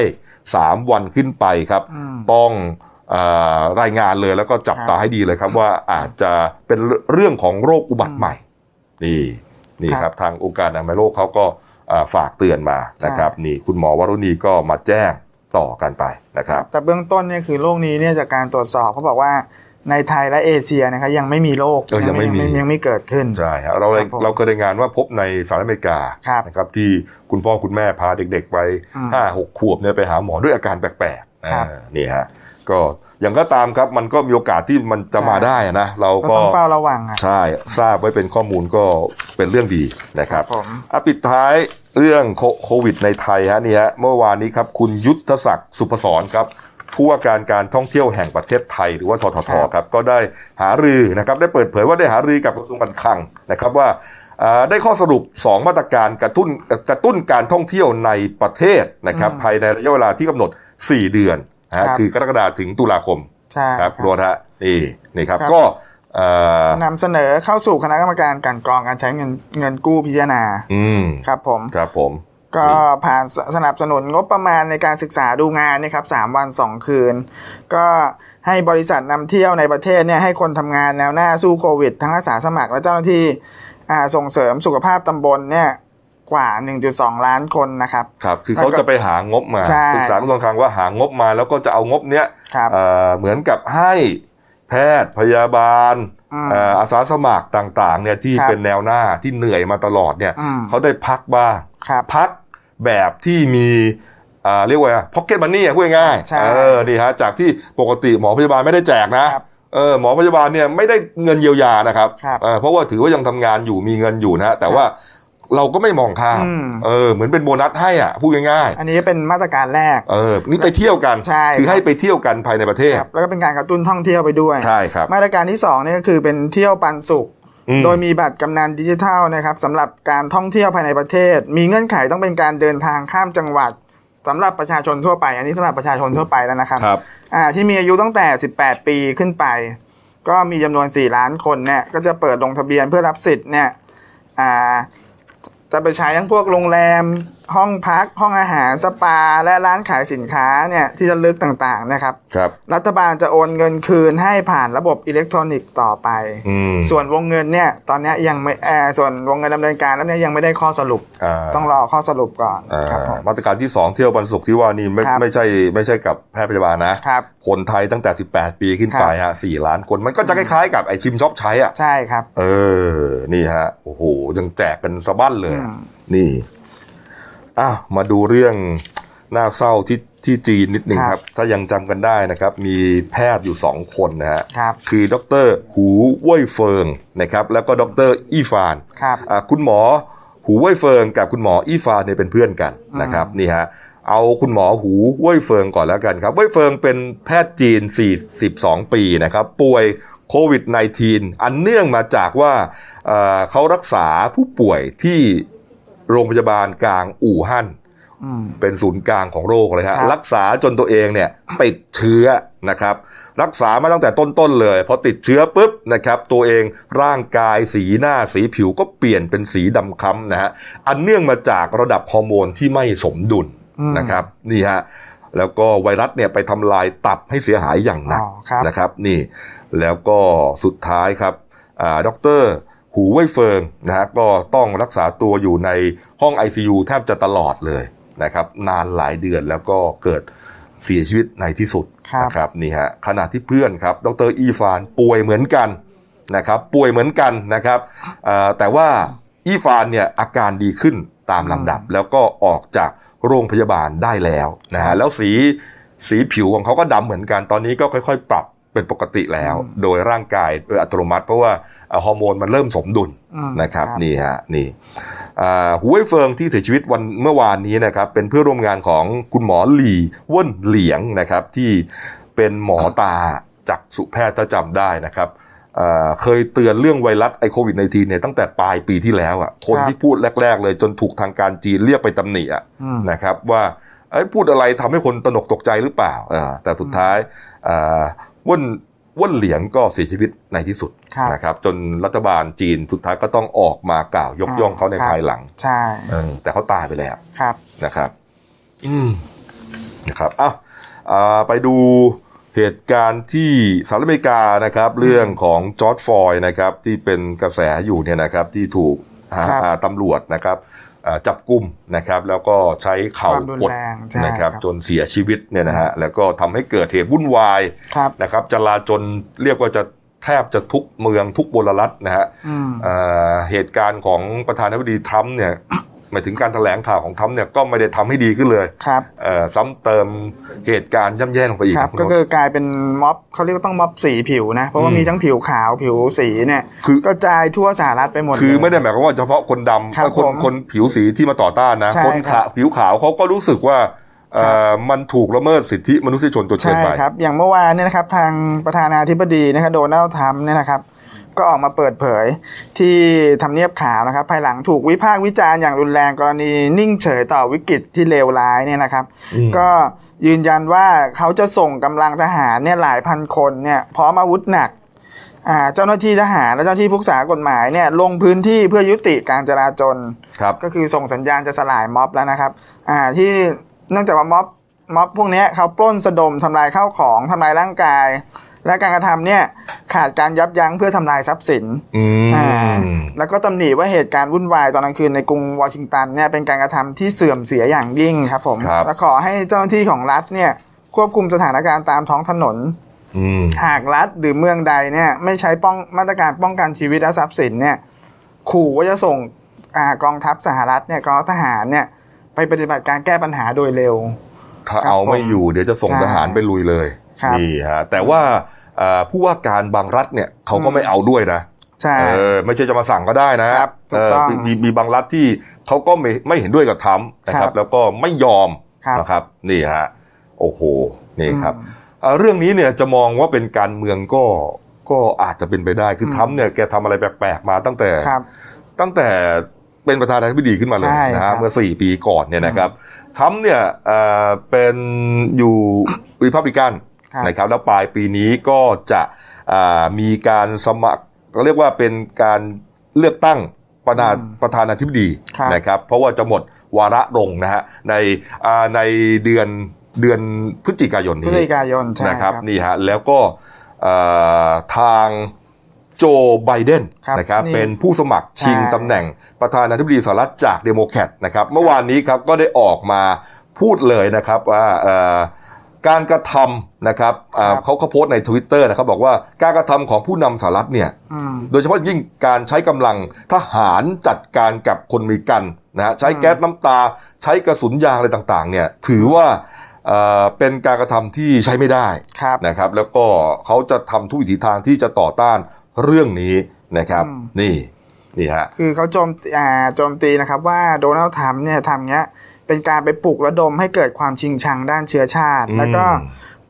Speaker 1: สามวันขึ้นไปครับ
Speaker 2: อืม
Speaker 1: ต้องเออรายงานเลยแล้วก็จับ
Speaker 2: ครับ
Speaker 1: ตาให้ดีเลยครับว่าอาจจะเป็นเรื่องของโรคอุบัติใหม่ นี่นี่ครับทางองค์การอนามัยโลกเขาก็อ่าฝากเตือนมานะครับ นี่คุณหมอวรุณีก็มาแจ้งต่อกันไปนะครับ
Speaker 2: แต่เบื้องต้นเนี่ยคือโรคนี้เนี่ยจากการตรวจสอบเขาบอกว่าในไทยและเอเชียนะครับยังไม่มีโรค
Speaker 1: เออยังไม่มี
Speaker 2: ยังไม่เกิดขึ้น
Speaker 1: ใช่ฮะเรา
Speaker 2: ครับผม
Speaker 1: เราเคยรายงานว่าพบในสหรัฐอเมริกา
Speaker 2: ครับ
Speaker 1: นะครับ ที่คุณพ่อคุณแม่พาเด็กๆไป
Speaker 2: อืม
Speaker 1: ห้าหกขวบเนี่ยไปหาหมอด้วยอาการแปลกๆ
Speaker 2: ครั
Speaker 1: อ่า
Speaker 2: บ
Speaker 1: นี่ฮะก็อย่างก็ตามครับมันก็มีโอกาสที่มันจะมาได้นะ เรา
Speaker 2: ก็
Speaker 1: ก็
Speaker 2: ต้องเฝ้าระวังอ่ะ
Speaker 1: ใช่ทราบไว้เป็นข้อมูลก็เป็นเรื่องดีนะครับ
Speaker 2: ผม
Speaker 1: อ่ะปิดท้ายเรื่องโคโควิดในไทยฮะนี่ฮะเมื่อวานนี้ครับคุณยุทธศักดิ์สุพศรครับผู้ว่าการการท่องเที่ยวแห่งประเทศไทย หรือว่าททท
Speaker 2: ครับ
Speaker 1: ครับก็ได้หารือนะครับได้เปิดเผยว่าได้หารือกับกระทรวงการคลังนะครับว่าอ่าได้ข้อสรุป 2 มาตรการกระตุ้นกระตุ้นการท่องเที่ยวในประเทศนะครับ
Speaker 2: อืม
Speaker 1: ภายในระยะเวลาที่กำหนด 4 เดือนนะ
Speaker 2: ค
Speaker 1: ฮะ
Speaker 2: รับ
Speaker 1: คือกรกฎาคมถึงตุลาคม
Speaker 2: ใช่
Speaker 1: ครับรวมฮะนี่นี่ครับ
Speaker 2: ครับ
Speaker 1: ก็เอ่อน
Speaker 2: ำเสนอเข้าสู่คณะกรรมการกลันกรองการใช้เงินเงินกู้พิจารณา
Speaker 1: อืม
Speaker 2: ครับผม
Speaker 1: ครับผม
Speaker 2: ก็ผ่านสสนับสนุนงบประมาณในการศึกษาดูงานเนะครับสามวันสองคืน ก็ให้บริษัทนำเที่ยวในประเทศเนี่ยให้คนทำงานแนวหน้าสู้โควิด ทั้งอาสาสมัครและเจ้าหน้าที่อ่าส่งเสริมสุขภาพตำบลเนี่ยกว่า 1.2 ล้านคนนะครับ
Speaker 1: ครับ คือ
Speaker 2: แล้ว
Speaker 1: เขา
Speaker 2: ก็
Speaker 1: จะไปหางบมา
Speaker 2: ใช่
Speaker 1: ปรึกษากระทรวงการคลังว่าหางบมาแล้วก็จะเอางบเนี้ย
Speaker 2: ครับ
Speaker 1: เอ่อเหมือนกับให้แพทย์พยาบาล
Speaker 2: อืม
Speaker 1: เอ่ออาสาสมัครต่างๆเนี่ยที่
Speaker 2: ครับ
Speaker 1: เป็นแนวหน้าที่เหนื่อยมาตลอดเนี่ย
Speaker 2: อืม
Speaker 1: เขาได้พักบ้าง
Speaker 2: ครับ
Speaker 1: พักแบบที่มีอ่าเรียกว่าพ็อกเก็ตมันนี่พูดง่าย
Speaker 2: ใช่
Speaker 1: ๆเออนี่ฮะจากที่ปกติหมอพยาบาลไม่ได้แจกนะครับ เออหมอพยาบาลเนี่ยไม่ได้เงินเยียวยานะครับ
Speaker 2: ครับ
Speaker 1: เออเพราะว่าถือว่ายังทำงานอยู่มีเงินอยู่นะฮะแต่ว่าเราก็ไม่มองข้าม
Speaker 2: อืม
Speaker 1: เออเหมือนเป็นโบนัสให้อ่ะพูดง่ายๆ
Speaker 2: อันนี้เป็นมาตรการแรก
Speaker 1: เออ นี่ไปเที่ยวกัน
Speaker 2: ใช่
Speaker 1: คือให้
Speaker 2: ครับ
Speaker 1: ไปเที่ยวกันภายในประเทศ
Speaker 2: ครับแล้วก็เป็นการกระตุ้นท่องเที่ยวไปด้วย
Speaker 1: ใช่ครับ
Speaker 2: มาตรการที่2เนี่ยก็คือเป็นเที่ยวปันสุข
Speaker 1: อืม
Speaker 2: โดยมีบัตรกำนันดิจิทัลนะครับสำหรับการท่องเที่ยวภายในประเทศ มีเงื่อนไขต้องเป็นการเดินทางข้ามจังหวัดสำหรับประชาชนทั่วไป อันนี้สำหรับประชาชนทั่วไปแล้วนะครับ
Speaker 1: ครับ
Speaker 2: อ่าที่มีอายุตั้งแต่ 18 ปีขึ้นไป ก็มีจำนวน 4 ล้านคนเนี่ยก็จะเปิดลงทะเบียนเพื่อรับสิทธิ์เนี่ยอ่าจะไปใช้ทั้งพวกโรงแรม ห้องพัก ห้องอาหารสปา และร้านขายสินค้าเนี่ยที่จะลึกต่างๆนะครับ
Speaker 1: ครับ
Speaker 2: รัฐบาลจะโอนเงินคืนให้ผ่านระบบอิเล็กทรอนิกส์ต่อไป
Speaker 1: อืม
Speaker 2: ส่วนวงเงินเนี่ยตอนเนี้ยยังไม่เอ่อส่วนวงเงินดำเนินการแล้วเนี่ยยังไม่ได้ข้อสรุป
Speaker 1: า
Speaker 2: ต้องรอข้อสรุปก่อน
Speaker 1: อ่า
Speaker 2: ครับผม
Speaker 1: มาตรการที่ 2 เที่ยววันศุกร์ที่ว่านี่ไม่
Speaker 2: ครับ
Speaker 1: ไม่ใช่ไม่ใช่กับแพทย์พยาบาลนะ
Speaker 2: ครับ
Speaker 1: คนไทยตั้งแต่ 18 ปีขึ้นไปฮะสี่ล้านคน มันก็จะคล้ายๆกับไอชิมช็อปใช้อ่ะ
Speaker 2: ใช่ครับ
Speaker 1: เออ นี่ฮะ โอ้โห ยังแจกกันสะบั้นเลยอะ
Speaker 2: อืม
Speaker 1: นี่ อ้าว มาดูเรื่องน่าเศร้าที่ที่จีนนิดหนึ่งครับ ถ้ายังจำกันได้นะครับ มีแพทย์อยู่สองคนนะฮะ
Speaker 2: ครับ
Speaker 1: คือดรหูเว่ยเฟิงนะครับแล้วก็ดรอีฟาน
Speaker 2: ครับ
Speaker 1: อ่าคุณหมอหูเว่ยเฟิงกับคุณหมออีฟานเนี่ยเป็นเพื่อนกันนะครับนี่ฮะเอาคุณหมอหูเว่ยเฟิงก่อนแล้วกันครับเว่ยเฟิงเป็นแพทย์จีน 42 ปีนะครับป่วยโควิด -19 อันเนื่องมาจากว่าเอ่อเขารักษาผู้ป่วยที่โรงพยาบาลกลางอู่ฮั่น
Speaker 2: อืม
Speaker 1: เป็นศูนย์กลางของโรคเลยฮะ
Speaker 2: ครับ
Speaker 1: รักษาจนตัวเองเนี่ยติดเชื้อนะครับ รักษามาตั้งแต่ต้นๆเลยพอติดเชื้อปุ๊บนะครับ ตัวเองร่างกายสีหน้าสีผิวก็เปลี่ยนเป็นสีดำคล้ำนะฮะอันเนื่องมาจากระดับฮอร์โมนที่ไม่สมดุล
Speaker 2: อืม
Speaker 1: นะครับนี่ฮะแล้วก็ไวรัสเนี่ยไปทำลายตับให้เสียหายอย่างหนัก
Speaker 2: อ๋อครับ
Speaker 1: นะครับนี่ แล้วก็สุดท้ายครับอ่าดอกเตอรหูเว่ยเฟิงนะฮะก็ต้องรักษาตัวอยู่ในห้อง ICU แทบจะตลอดเลย นะครับนานหลายเดือนแล้วก็เกิดเสียชีวิตในที่สุด
Speaker 2: ครับ
Speaker 1: นะครับนี่ฮะขณะที่เพื่อนครับดรอีฟานป่วยเหมือนกัน นะครับป่วยเหมือนกันนะครับอ่าแต่ว่าอีฟานเนี่ยอาการดีขึ้นตามลำดับ แล้วก็ออกจากโรงพยาบาลได้แล้วนะฮะแล้วสีสีผิวของเขาก็ดำเหมือนกันตอนนี้ก็ค่อยๆ ปรับเป็นปกติแล้ว โดยร่างกายโดยอัตโนมัติ เพราะว่าเอ่อฮอร์โมนมันเริ่มสมดุล
Speaker 2: อืม
Speaker 1: นะครับนี่ฮะนี่อ่าหูไอเฟิงที่เสียชีวิตวันเมื่อวานนี้นะครับเป็นเพื่อนร่วมงานของคุณหมอหลี่เว่นเหลียงนะครับที่เป็นหมอตาจากสุแพทย์ถ้าจำได้นะครับอ่าเคยเตือนเรื่องไวรัสไอโควิด -19 เนี่ยตั้งแต่ปลายปีที่แล้วอะ่ะคน
Speaker 2: ครับ
Speaker 1: ที่พูดแรก ๆ เลยจนถูกทางการจีนเรียกไปตำหนิอ่ะ
Speaker 2: อืม
Speaker 1: นะครับว่าเอ้ยพูดอะไรทำให้คนตระหนกตกใจหรือเปล่าอ่าแต่สุดท้ายอ่าว่นว่นเหลียงก็เสียชีวิตในที่สุด
Speaker 2: ครับ
Speaker 1: นะครับ จนรัฐบาลจีนสุดท้ายก็ต้องออกมากล่าวยกย่องเขาใน
Speaker 2: ครับ
Speaker 1: ภายหลัง
Speaker 2: ใช่
Speaker 1: เออแต่เขาตายไปแล้ว
Speaker 2: ครับ
Speaker 1: นะครับ อืมนะครับอ้าวอ่าไปดูเหตุการณ์ที่สหรัฐอเมริกานะครับ เรื่องของจอร์ดฟอยด์นะครับ ที่เป็นกระแสอยู่เนี่ยนะครับ ที่ถูกหา
Speaker 2: ครับ
Speaker 1: อ่าตำรวจนะครับอ่าจับกลุ่มนะครับ แล้วก็ใช้
Speaker 2: ค
Speaker 1: เข่าว
Speaker 2: ามรุน
Speaker 1: กด
Speaker 2: แรงใช่
Speaker 1: นะครับจนเสียชีวิตเนี่ยนะฮะแล้วก็ทำให้เกิดเหตุวุ่นวาย
Speaker 2: ครับ
Speaker 1: นะครับจลาจนเรียกว่าจะแทบจะทุกเมืองทุกบลรัฐนะฮะ
Speaker 2: อืม
Speaker 1: เอ่อเหตุการณ์ของประธานาธิบดีทรัมป์เนี่ย หมายถึงการแถลงข่าวของทรัมป์เนี่ยก็ไม่ได้ทำให้ดีขึ้นเลย
Speaker 2: ครับ
Speaker 1: เอ่อซ้ำเติมเหตุการณ์ย่ำแย่ลงไปอีก
Speaker 2: ครับ
Speaker 1: ณ
Speaker 2: ก็
Speaker 1: โน้ต
Speaker 2: คือกลายเป็นม็อบเขาเรียกว่าต้องม็อบสีผิวนะ เพราะว่า
Speaker 1: อืม
Speaker 2: มีทั้งผิวขาวผิวสีเนี่ย
Speaker 1: คือ
Speaker 2: กระจายทั่วสหรัฐไปหมด
Speaker 1: คือ
Speaker 2: เลย
Speaker 1: ไม่ได้หมายความว่าเฉพาะคนดำ
Speaker 2: ครับ
Speaker 1: เอ่อคน
Speaker 2: ผม
Speaker 1: คนผิวสีที่มาต่อต้านนะ
Speaker 2: ใช่
Speaker 1: คน
Speaker 2: ครั
Speaker 1: ขา
Speaker 2: บ
Speaker 1: ผิวขาวเขาก็รู้สึกว่าเอ่อมันถูกละเมิดสิทธิมนุษยชนจนเกิน
Speaker 2: ใช่
Speaker 1: ไป
Speaker 2: ครับ อย่างเมื่อวานเนี่ยนะครับทางประธานาธิบดีนะครับโดนัลด์ทรัมป์เนี่ยนะครับ ก็ออกมาเปิดเผยที่ทำเนียบขาวนะครับ ภายหลังถูกวิพากษ์วิจารณ์อย่างรุนแรงกรณีนิ่งเฉยต่อวิกฤตที่เลวร้ายเนี่ยนะครับ
Speaker 1: อืม
Speaker 2: ก็ยืนยันว่าเขาจะส่งกำลังทหารเนี่ยหลายพันคนเนี่ยพร้อมอาวุธหนักอ่าเจ้าหน้าที่ทหารและเจ้าหน้าที่ผู้รักษากฎหมายเนี่ยลงพื้นที่เพื่อยุติการจราจร
Speaker 1: ครับ
Speaker 2: ก็คือส่งสัญญาณจะสลายม็อบแล้วนะครับ อ่า ที่เนื่องจากว่าม็อบม็อบพวกเนี้ยเขาปล้นสะดมทำลายข้าวของทำลายร่างกาย และการกระทำเนี่ยขาดการยับยั้งเพื่อทำลายทรัพย์สิน
Speaker 1: อื
Speaker 2: อ่าม แล้วก็ตำหนิว่าเหตุการณ์วุ่นวายตอนกลางคืนในกรุงวอชิงตันเนี่ยเป็นการกระทำที่เสื่อมเสียอย่างยิ่งครับผม
Speaker 1: ครับ
Speaker 2: และขอให้เจ้าหน้าที่ของรัฐเนี่ยควบคุมสถานการณ์ตามท้องถนน
Speaker 1: อืม
Speaker 2: หากรัฐหรือเมืองใดเนี่ยไม่ใช้ป้องมาตรการป้องกันชีวิตและทรัพย์สินเนี่ยขู่ว่าจะส่งอากองทัพสหรัฐเนี่ยกองทัพทหารเนี่ยไปปฏิบัติการแก้ปัญหาโดยเร็ว
Speaker 1: ถ้าเอาไม่
Speaker 2: ผม
Speaker 1: อยู่เดี๋ยวจะส่ง
Speaker 2: ใช่
Speaker 1: ทหารไปลุยเลย
Speaker 2: ครับ
Speaker 1: นี่ฮะแต่ว่าเอ่อผู้ว่าการบางรัฐเนี่ยเขาก็
Speaker 2: อืม
Speaker 1: ไม่เอาด้วยนะ
Speaker 2: ใช่
Speaker 1: เออไม่ใช่จะมาสั่งก็ได้นะครับ
Speaker 2: ถู
Speaker 1: เอก อ
Speaker 2: ต้อง
Speaker 1: มีมีมีบางรัฐที่เขาก็ไม่ไม่เห็นด้วยกับทรัมป์นะค
Speaker 2: ครั
Speaker 1: รับ
Speaker 2: บ
Speaker 1: แล้วก็ไม่ยอม
Speaker 2: ครับ
Speaker 1: นะครับนี่ฮะโอ้โหนี่ครับ
Speaker 2: อืม
Speaker 1: เอ่อเรื่องนี้เนี่ยจะมองว่าเป็นการเมืองก็ก็อาจจะเป็นไปได้คืออ
Speaker 2: ม
Speaker 1: ทรัมป์เนี่ยแกทำอะไรแปลกๆมาตั้งแต่
Speaker 2: ครับ
Speaker 1: ตั้งแต่เป็นประธานาธิบดีขึ้นมาเลย
Speaker 2: ใช่
Speaker 1: นะ
Speaker 2: ครั
Speaker 1: ฮะ
Speaker 2: บ
Speaker 1: เมื่อ 4 ปีก่อนเนี่ยนะครับทรัมป์เนี่ยเอ่อเป็นอยู่ ริพับลิกัน
Speaker 2: ครับ
Speaker 1: นะครับแล้วปลายปีนี้ก็จะอ่ามีการสมัครก็เรียกว่าเป็นการเลือกตั้งประธานประธานาธิบดี
Speaker 2: ครับ
Speaker 1: นะครับ เพราะว่าจะหมดวาระลงนะฮะในอ่าในเดือนเดือนพฤศจิกายน
Speaker 2: พฤ
Speaker 1: นี้
Speaker 2: ศจิกายนใช่
Speaker 1: นะครับนี่ฮะแล้วก็เอ่อทางโจไบเดน
Speaker 2: ครับ
Speaker 1: นะครับ
Speaker 2: นี่
Speaker 1: เป็นผู้สมัครชิง
Speaker 2: ใช่
Speaker 1: ตำแหน่งประธานาธิบดีสหรัฐจากเดโมแครตนะครับเมื่อวานนี้ครับก็ได้ออกมาพูดเลยนะครับว่าเอ่อการกระทำนะครับเอ่อ
Speaker 2: ครับ
Speaker 1: เขาเขาโพสต์ใน Twitter นะครับบอกว่าการกระทำของผู้นำสหรัฐเนี่ย
Speaker 2: อืม
Speaker 1: โดยเฉพาะยิ่งการใช้กำลังทหารจัดการกับคนมีกันนะฮะใช้
Speaker 2: อืม
Speaker 1: แก๊สน้ำตาใช้กระสุนยางอะไรต่างๆเนี่ยถือว่าเอ่อเป็นการกระทำที่ใช้ไม่ได้
Speaker 2: ครับ
Speaker 1: นะครับ แล้วก็เขาจะทำทุกวิถีทางที่จะต่อต้านเรื่องนี้นะครับ นี่นี่ฮะ
Speaker 2: คือเขาโจมอ่าโจมตีนะครับว่าโดนัลด์ทรัมป์เนี่ยทำเงี้ยเป็นการไปปลุกระดมให้เกิดความชิงชังด้านเชื้อชาติ
Speaker 1: อืม
Speaker 2: แล้วก็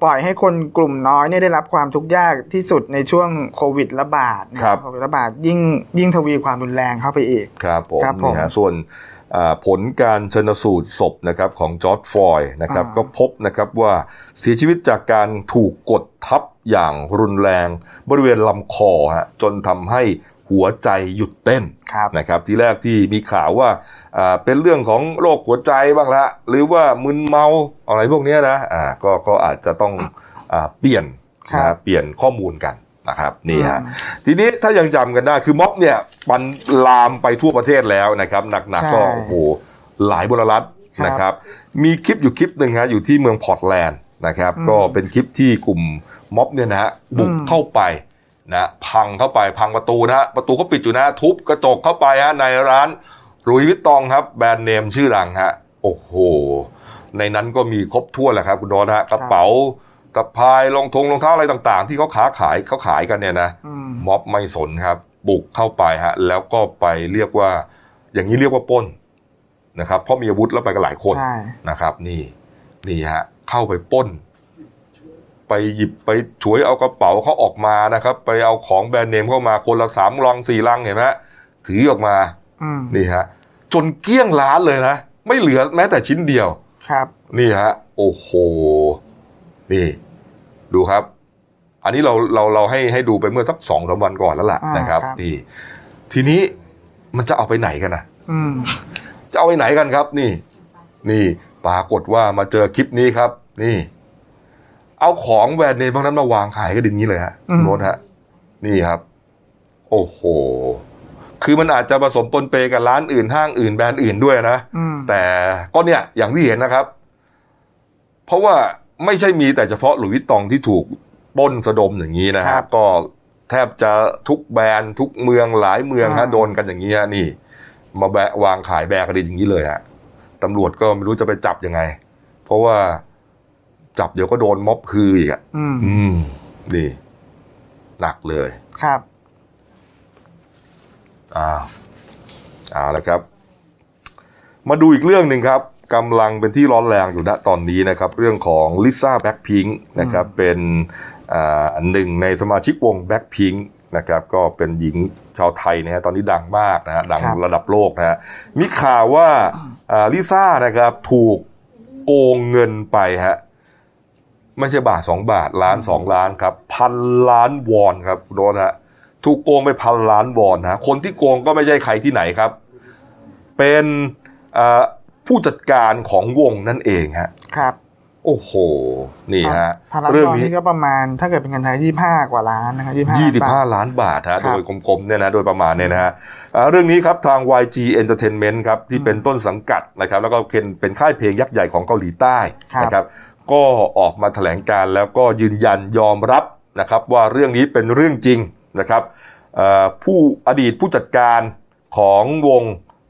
Speaker 2: ปล่อยให้คนกลุ่มน้อยเนี่ยได้รับความทุกข์ยากที่สุดในช่วงโควิดระบาดนะโควิดระบาดยิ่งยิ่งทวีความรุนแรงเข้าไปอีก
Speaker 1: ครับผม
Speaker 2: ครับผม
Speaker 1: นี่ฮะส่วนอ่าผลการชนสูตรศพนะครับของจอร์ดฟลอยด์นะครับ
Speaker 2: อ่า
Speaker 1: ก็พบนะครับว่าเสียชีวิตจากการถูกกดทับอย่างรุนแรงบริเวณลำคอฮะจนทำให้หัวใจหยุดเต้น
Speaker 2: ครับ
Speaker 1: นะครับทีแรกที่มีข่าวว่าอ่าเป็นเรื่องของโรคหัวใจบ้างละหรือว่ามึนเมาอะไรพวกเนี้ยนะอ่าก็ก็อาจจะต้องอ่าเปลี่ยน
Speaker 2: ครับ
Speaker 1: นะเปลี่ยนข้อมูลกันนะครับนี่ฮะ ทีนี้ถ้ายังจำกันได้คือม็อบเนี่ยมันลามไปทั่วประเทศแล้วนะครับหนักๆก็
Speaker 2: ใช่
Speaker 1: โอ้โหหลายบรรัฐ
Speaker 2: ครับ
Speaker 1: นะครับ มีคลิปอยู่คลิปหนึ่งฮะอยู่ที่เมืองพอร์ตแลนด์นะครับ
Speaker 2: อืม
Speaker 1: ก็เป็นคลิปที่กลุ่มม็อบเนี่ยนะฮะบุก
Speaker 2: อืม
Speaker 1: เข้าไป นะพังเข้าไปพังประตูนะฮะประตูก็ปิดอยู่นะ ทุบกระจกเข้าไปฮะในร้านรุยวิตตองครับ แบรนด์เนมชื่อดังฮะโอ้โห ในนั้นก็มีครบถ้วนแหละครับคุณโดนฮะกระเป๋ากระพายรองทงรองเท้าอะไรต่างๆ ที่เขาขาขายเขาขายกันเนี่ยนะ
Speaker 2: อืม
Speaker 1: ม็อบไม่สนครับ บุกเข้าไปฮะ แล้วก็ไปเรียกว่า อย่างนี้เรียกว่าปล้นนะครับ เพราะมีอาวุธแล้วไปกันหลายคน
Speaker 2: ใช่
Speaker 1: นะครับ นี่ นี่ฮะ เข้าไปปล้น ไปหยิบไปฉวยเอากระเป๋าเขาออกมานะครับ ไปเอาของแบรนด์เนมเข้ามาคนละสามลังสี่ลังเห็นไหมฮะถือออกมา
Speaker 2: อืม
Speaker 1: นี่ฮะ จนเกลี้ยงร้านเลยนะ ไม่เหลือแม้แต่ชิ้นเดียว
Speaker 2: ครับ
Speaker 1: นี่ฮะ โอ้โห นี่ ดูครับ อันนี้เราเราเราให้ให้ดูไปเมื่อสักสองสามวันก่อนแล้วล่ะ
Speaker 2: อ่าน
Speaker 1: นะครับ
Speaker 2: ครับ
Speaker 1: นี่ทีนี้มันจะเอาไปไหนกันนะ
Speaker 2: อืม
Speaker 1: จะเอาไปไหนกันครับ นี่ นี่ปรากฏว่ามาเจอคลิปนี้ครับ นี่ เอาของแบรนด์เนมพวกนั้นมาวางขายกันอย่างนี้เลยฮะโน้ตฮะ นี่ครับ โอ้โห คือมันอาจจะผสมปนเปกับร้านอื่นห้างอื่นแบรนด์อื่นด้วยนะ
Speaker 2: อืม
Speaker 1: แต่ก็เนี่ยอย่างที่เห็นนะครับ เพราะว่าไม่ใช่มีแต่เฉพาะหลุยส์วิตตองที่ถูกปล้นสะดมอย่างนี้นะฮะก็แทบจะทุกแบรนด์ทุกเมืองหลายเมืองฮะโดนกันอย่างนี้ฮะนี่ มาแบะวางขายแบกกันอย่างนี้เลยฮะตำรวจก็ไม่รู้จะไปจับยังไง เพราะว่าจับเดี๋ยวก็โดนม็อบคืออีกอ่ะ
Speaker 2: อืม
Speaker 1: อืมนี่หนักเลย
Speaker 2: ครับ
Speaker 1: อ้าวเอาละครับ มาดูอีกเรื่องหนึ่งครับกำลังเป็นที่ร้อนแรงอยู่ณตอนนี้นะครับ เรื่องของลิซ่าแบ็ p พิงนะครับ เป็นอ่าหนึ่งในสมาชิกวงแบ็ p พิงนะครับ ก็เป็นหญิงชาวไทยนะฮะตอนนี้ดังมากนะฮะดัง
Speaker 2: ครับ
Speaker 1: ระดับโลกนะฮะมีข่าวว่าอ่าลิซ่านะครับถูกโกงเงินไปฮะไม่ใช่บาทสองบาทล้านสองล้านครับพันล้านวอนครับคุณโดนฮะ ถูกโกงไปพันล้านวอนนะคนที่โกงก็ไม่ใช่ใครที่ไหนครับ เป็นเอ่อผู้จัดการของวงนั่นเองฮะ
Speaker 2: ครับ
Speaker 1: โอ้โห นี่ฮะ
Speaker 2: พารา
Speaker 1: เรื่
Speaker 2: ดอน
Speaker 1: นี้
Speaker 2: นี่ก็ประมาณ ถ้าเกิดเป็นเงินไทยยี่ห้ากว่าล้านนะครับยี่ห้า
Speaker 1: 25 ล้านบาทฮะ
Speaker 2: ครั
Speaker 1: โด
Speaker 2: บ
Speaker 1: ยกลมๆเนี่ยนะโดยประมาณเนี่ยนะฮะอ่าเรื่องนี้ครับทาง YG Entertainment ครับที่เป็นต้นสังกัดนะครับ แล้วก็เป็นเป็นค่ายเพลงยักษ์ใหญ่ของเกาหลีใต้นะครับ ก็ออกมาแถลงการแล้วก็ยืนยันยอมรับนะครับ ว่าเรื่องนี้เป็นเรื่องจริงนะครับเอ่อผู้อดีตผู้จัดการของวง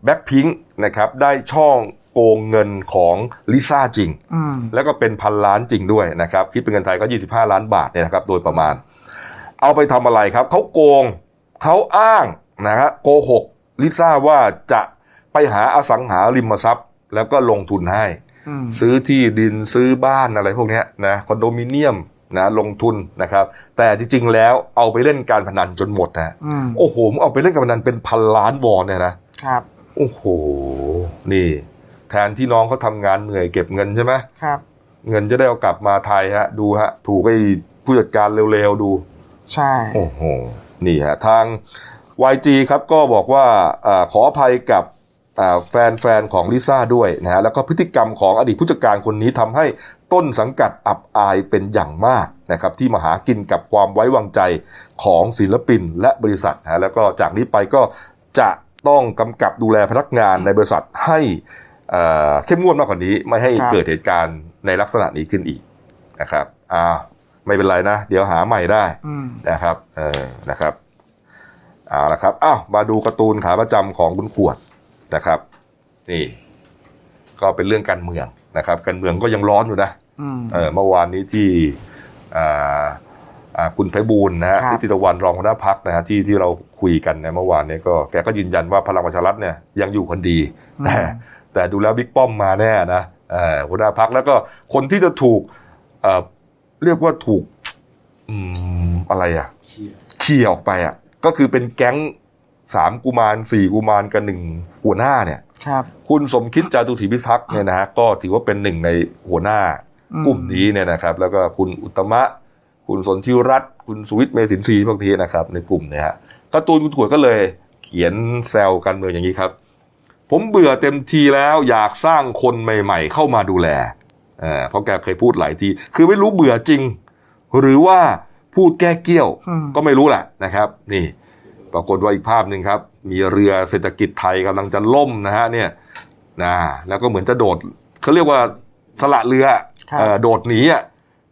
Speaker 1: แบ็คพิงค์นะครับได้ช่องโกงเงินของลิซ่าจริง
Speaker 2: อืม
Speaker 1: แล้วก็เป็นพันล้านจริงด้วยนะครับคิดเป็นเงินไทยก็ 25 ล้านบาทเนี่ยนะครับโดยประมาณ เอาไปทำอะไรครับ เขาโกงเขาอ้างนะฮะโกหกลิซ่าว่าจะไปหาอสังหาริมทรัพย์ แล้วก็ลงทุนให้
Speaker 2: อืม
Speaker 1: ซื้อที่ดินซื้อบ้านอะไรพวกเนี้ยนะคอนโดมิเนียมนะลงทุนนะครับ แต่จริงๆแล้วเอาไปเล่นการพนันจนหมดนะ
Speaker 2: อืม
Speaker 1: โอ้โหเอาไปเล่นการพนันเป็นพันล้านวอนเนี่ยนะ
Speaker 2: ครับ
Speaker 1: โอ้โห นี่ แทนที่น้องเขาทำงานเหนื่อยเก็บเงินใช่ไหม
Speaker 2: ครับ
Speaker 1: เงินจะได้เอากลับมาไทยฮะ ดูฮะ ถูกไอ้ผู้จัดการเร็วๆดู
Speaker 2: ใช่
Speaker 1: โอ้โห นี่ฮะ ทาง YG ครับก็บอกว่าอาขออภัยกับอ่าแฟนๆ ของลิซ่าด้วยนะฮะ แล้วก็พฤติกรรมของอดีตผู้จัดการคนนี้ทำให้ต้นสังกัดอับอายเป็นอย่างมากนะครับ ที่มาหากินกับความไว้วางใจของศิลปินและบริษัทนะฮะแล้วก็จากนี้ไปก็จะต้องกำกับดูแลพนักงานในบริษัทให้เอ่อเข้มงวดมากกว่านี้ ไม่ให้เกิดเหตุการณ์ในลักษณะนี้ขึ้นอีกนะครับอ้าวไม่เป็นไรนะ เดี๋ยวหาใหม่ได้
Speaker 2: อืม
Speaker 1: นะครับ เออ นะครับเอาละครับ อ้าว มาดูการ์ตูนขาประจำของคุณขวดนะครับ นี่ ก็เป็นเรื่องการเมืองนะครับ การเมืองก็ยังร้อนอยู่นะ
Speaker 2: อืม
Speaker 1: เออ เมื่อวานนี้ที่อ่าอ่าคุณไพบูลย์นะฮะ
Speaker 2: ครับ
Speaker 1: นิติตะวันรองหัวหน้าพักนะฮะที่ที่เราคุยกันนะเมื่อวานเนี้ก็แกก็ยืนยันว่าพลังประชารัฐเนี่ยยังอยู่คนดี แต่แต่ดูแล้วบิ๊กป้อมมาแน่นะเอ่อหัวหน้าพักแล้วก็คนที่จะถูกเอ่อเรียกว่าถูกอืมอะไรอ่ะขี่ออกไปอ่ะ ก็คือเป็นแก๊งสามกุมารสี่กุมารกับหนึ่งหัวหน้าเนี่ย
Speaker 2: ครับ
Speaker 1: คุณสมคิดจาตุศรีพิทักษ์เนี่ยนะฮะก็ถือว่าเป็นหนึ่งในหัวหน้า
Speaker 2: อื
Speaker 1: กลุ่มนี้เนี่ยนะครับ แล้วก็คุณอุตตมะ คุณสนธิรัตน์คุณสุวิทย์เมสินทรีย์พวกนี้นะครับ ในกลุ่มเนี่ยฮะการ์ตูนคุณถั่วก็เลย เขียนแซวกันเมืองอย่างนี้ครับ ผมเบื่อเต็มทีแล้วอยากสร้างคนใหม่ ๆ เข้ามาดูแลเออเพราะแกเคยพูดหลายที คือไม่รู้เบื่อจริง หรือว่าพูดแก้เกี้ยว
Speaker 2: อืม
Speaker 1: ก็ไม่รู้แหละนะครับ นี่ ปรากฏว่าอีกภาพหนึ่งครับ มีเรือเศรษฐกิจไทยกำลังจะล่มนะฮะเนี่ยนะแล้วก็เหมือนจะโดดเขาเรียกว่าสละเรือเอ่อโดดหนีอ่ะ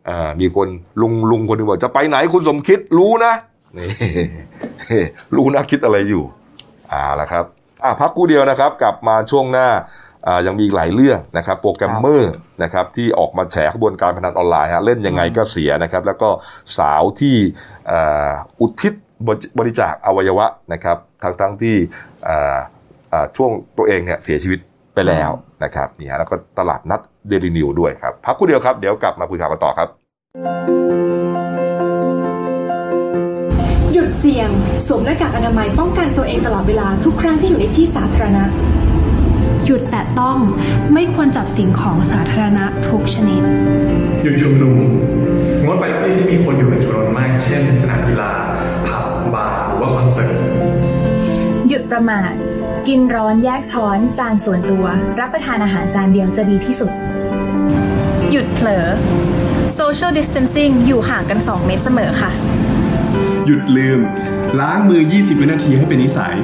Speaker 1: เอ่อมีคนลุงลุงคนหนึ่งบอกจะไปไหนคุณสมคิดรู้นะ นี่ รู้นะคิดอะไรอยู่เอ่าละครับอ่ะพักกูเดียวนะครับกลับมาช่วงหน้าอ่ายังมีอีกหลายเรื่องนะครับ โปรแกรมเมอร์นะครับที่ออกมาแฉขบวนการพนันออนไลน์ฮะเล่นยังไงก็เสียนะครับ แล้วก็สาวที่เอ่ออุทิศบริจาคอวัยวะนะครับ ทั้งทั้งๆที่เอ่อเอ่อช่วงตัวเองเนี่ยเสียชีวิตไปแล้วนะครับนี่ฮะแล้วก็ตลาดนัดเดลินิวด้วยครับพักกูเดียวครับเดี๋ยวกลับมาคุยข่าวกันต่อครับ
Speaker 3: หยุดเสี่ยง สวมหน้ากากอนามัยป้องกันตัวเองตลอดเวลาทุกครั้งที่อยู่ในที่สาธารณะ
Speaker 4: หยุดแตะต้องไม่ควรจับสิ่งของสาธารณะทุกชนิด
Speaker 5: หยุดชุมนุมงดไปที่ที่มีคนอยู่เป็นจำนวนมาก เช่น สนามกีฬาผับบาร์หรือว่าคอนเสิร์ต
Speaker 6: หยุดประมาท กินร้อนแยกช้อน จานส่วนตัว รับประทานอาหารจานเดียวจะดีที่สุด หยุดเผลอ social distancing อยู่ห่างกัน 2 เมตรเสมอค่ะ
Speaker 5: หยุดลืม ล้างมือ 20 วินาทีให้เป็นนิสัย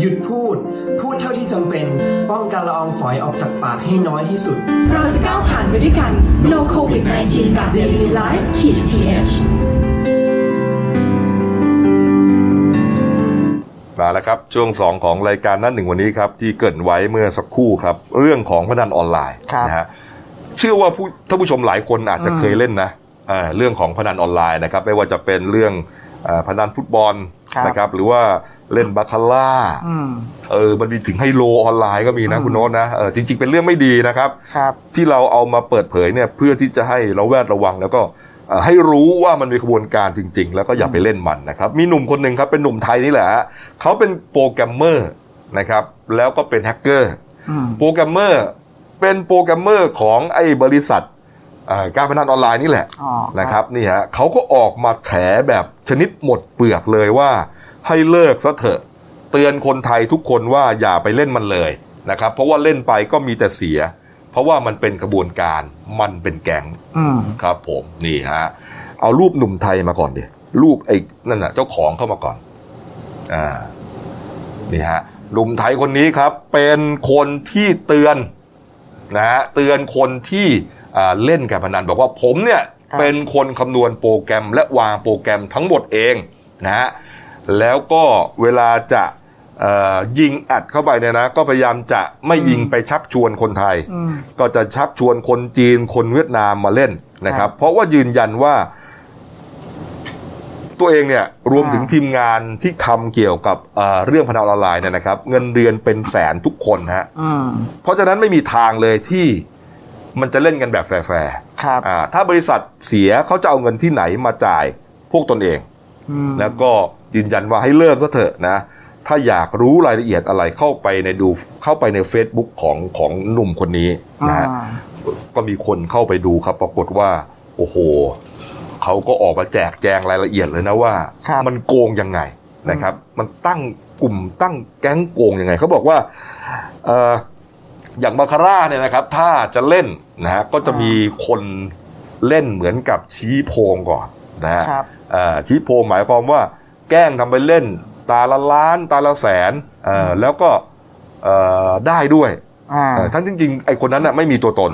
Speaker 7: หยุดพูด พูดเท่าที่จำเป็น ป้องกันละอองฝอยออกจากปากให้น้อยที่สุด
Speaker 3: เราจะก้าวผ่านไปด้วยกัน No COVID 19กับ Daily Life ขีด th
Speaker 1: มาแล้วครับ ช่วง 2 ของรายการนั่นหนึ่งวันนี้ครับ ที่เกริดไว้เมื่อสักครู่ครับ เรื่องของพนันออนไลน์
Speaker 2: ครับ
Speaker 1: นะฮะเชื่อว่าผู้ท่านผู้ชมหลายคนอาจจะเคยเล่นนะอ่าเรื่องของพนันออนไลน์นะครับ ไม่ว่าจะเป็นเรื่องอาพนันฟุตบอล
Speaker 2: ครับ
Speaker 1: นะครับ หรือว่าเล่นบาคาร่า
Speaker 2: อืม
Speaker 1: เออมันมีถึงไฮโลออนไลน์ก็มีนะ
Speaker 2: อืม
Speaker 1: คุณโน้ตนะเออจริง ๆ เป็นเรื่องไม่ดีนะครับ
Speaker 2: ครับ
Speaker 1: ที่เราเอามาเปิดเผยเนี่ยเพื่อที่จะให้เราแวดระวัง แล้วก็เอ่อให้รู้ว่ามันมีขบวนการจริง ๆ แล้วก็อย่าไปเล่นมันนะครับ มีหนุ่มคนหนึ่งครับเป็นหนุ่มไทยนี่แหละฮะเขาเป็นโปรแกรมเมอร์นะครับแล้วก็เป็นแฮกเกอร์
Speaker 2: อืม
Speaker 1: โปรแกรมเมอร์เป็นโปรแกรมเมอร์ของไอ้บริษัทเอ่อการพนันออนไลน์นี่แหละ
Speaker 2: อ๋อครับ
Speaker 1: นะครับนี่ฮะเขาก็ออกมาแฉแบบชนิดหมดเปลือกเลยว่า ให้เลิกซะเถอะ เตือนคนไทยทุกคนว่าอย่าไปเล่นมันเลยนะครับ เพราะว่าเล่นไปก็มีแต่เสีย เพราะว่ามันเป็นกระบวนการมันเป็นแก๊ง
Speaker 2: อืม
Speaker 1: ครับผมนี่ฮะเอารูปหนุ่มไทยมาก่อนดิรูปไอ้นั่นน่ะเจ้าของเข้ามาก่อนอ่านี่ฮะหนุ่มไทยคนนี้ครับ เป็นคนที่เตือนนะฮะเตือนคนที่อ่าเล่นการพนันบอกว่าผมเนี่ย
Speaker 2: ครับ
Speaker 1: เป็นคนคำนวณโปรแกรมและวางโปรแกรมทั้งหมดเองนะฮะแล้วก็เวลาจะเอ่อยิงอัดเข้าไปเนี่ยนะ ก็พยายามจะไม่ยิงไปชักชวนคนไทย
Speaker 2: อืม
Speaker 1: ก็จะชักชวนคนจีนคนเวียดนามมาเล่นนะครับ เพราะว่ายืนยันว่า ตัวเองเนี่ยรวมถึง
Speaker 2: อ่า
Speaker 1: ทีมงานที่ทำเกี่ยวกับเอ่อเรื่องพนันออนไลน์เนี่ยนะครับ เงินเดือนเป็นแสนทุกคนฮะ
Speaker 2: อืม
Speaker 1: เพราะฉะนั้นไม่มีทางเลยที่มันจะเล่นกันแบบแฟร์
Speaker 2: ครับ
Speaker 1: ๆอ่าถ้าบริษัทเสียเขาจะเอาเงินที่ไหนมาจ่ายพวกตนเอง
Speaker 2: อืม
Speaker 1: แล้วก็ยืนยันว่าให้เลิกซะเถอะนะ ถ้าอยากรู้รายละเอียดอะไรเข้าไปในดูเข้าไปใน Facebook ของของหนุ่มคนนี้นะฮะ
Speaker 2: อ่า
Speaker 1: ก็มีคนเข้าไปดูครับ ปรากฏว่า โอ้โหเขาก็ออกมาแจกแจงรายละเอียดเลยนะว่า
Speaker 2: ครับ
Speaker 1: มันโกงยังไงนะครับ มันตั้งกลุ่มตั้งแก๊งโกงยังไงเขาบอกว่าเอ่ออย่างมาคาร่าเนี่ยนะครับ ถ้าจะเล่นนะฮะก็จะ
Speaker 2: อ่ามี
Speaker 1: มีคนเล่นเหมือนกับชี้โพงก่อนนะฮะ
Speaker 2: ครับ
Speaker 1: เอ่อชี้โพงหมายความว่าแกล้งทำไปเล่น ตาละล้านตาละแสนเอ่อแล้วก็เอ่อได้ด้วย
Speaker 2: อ่า
Speaker 1: เอ่อทั้งจริงๆไอ้คนนั้นน่ะไม่มีตัวตน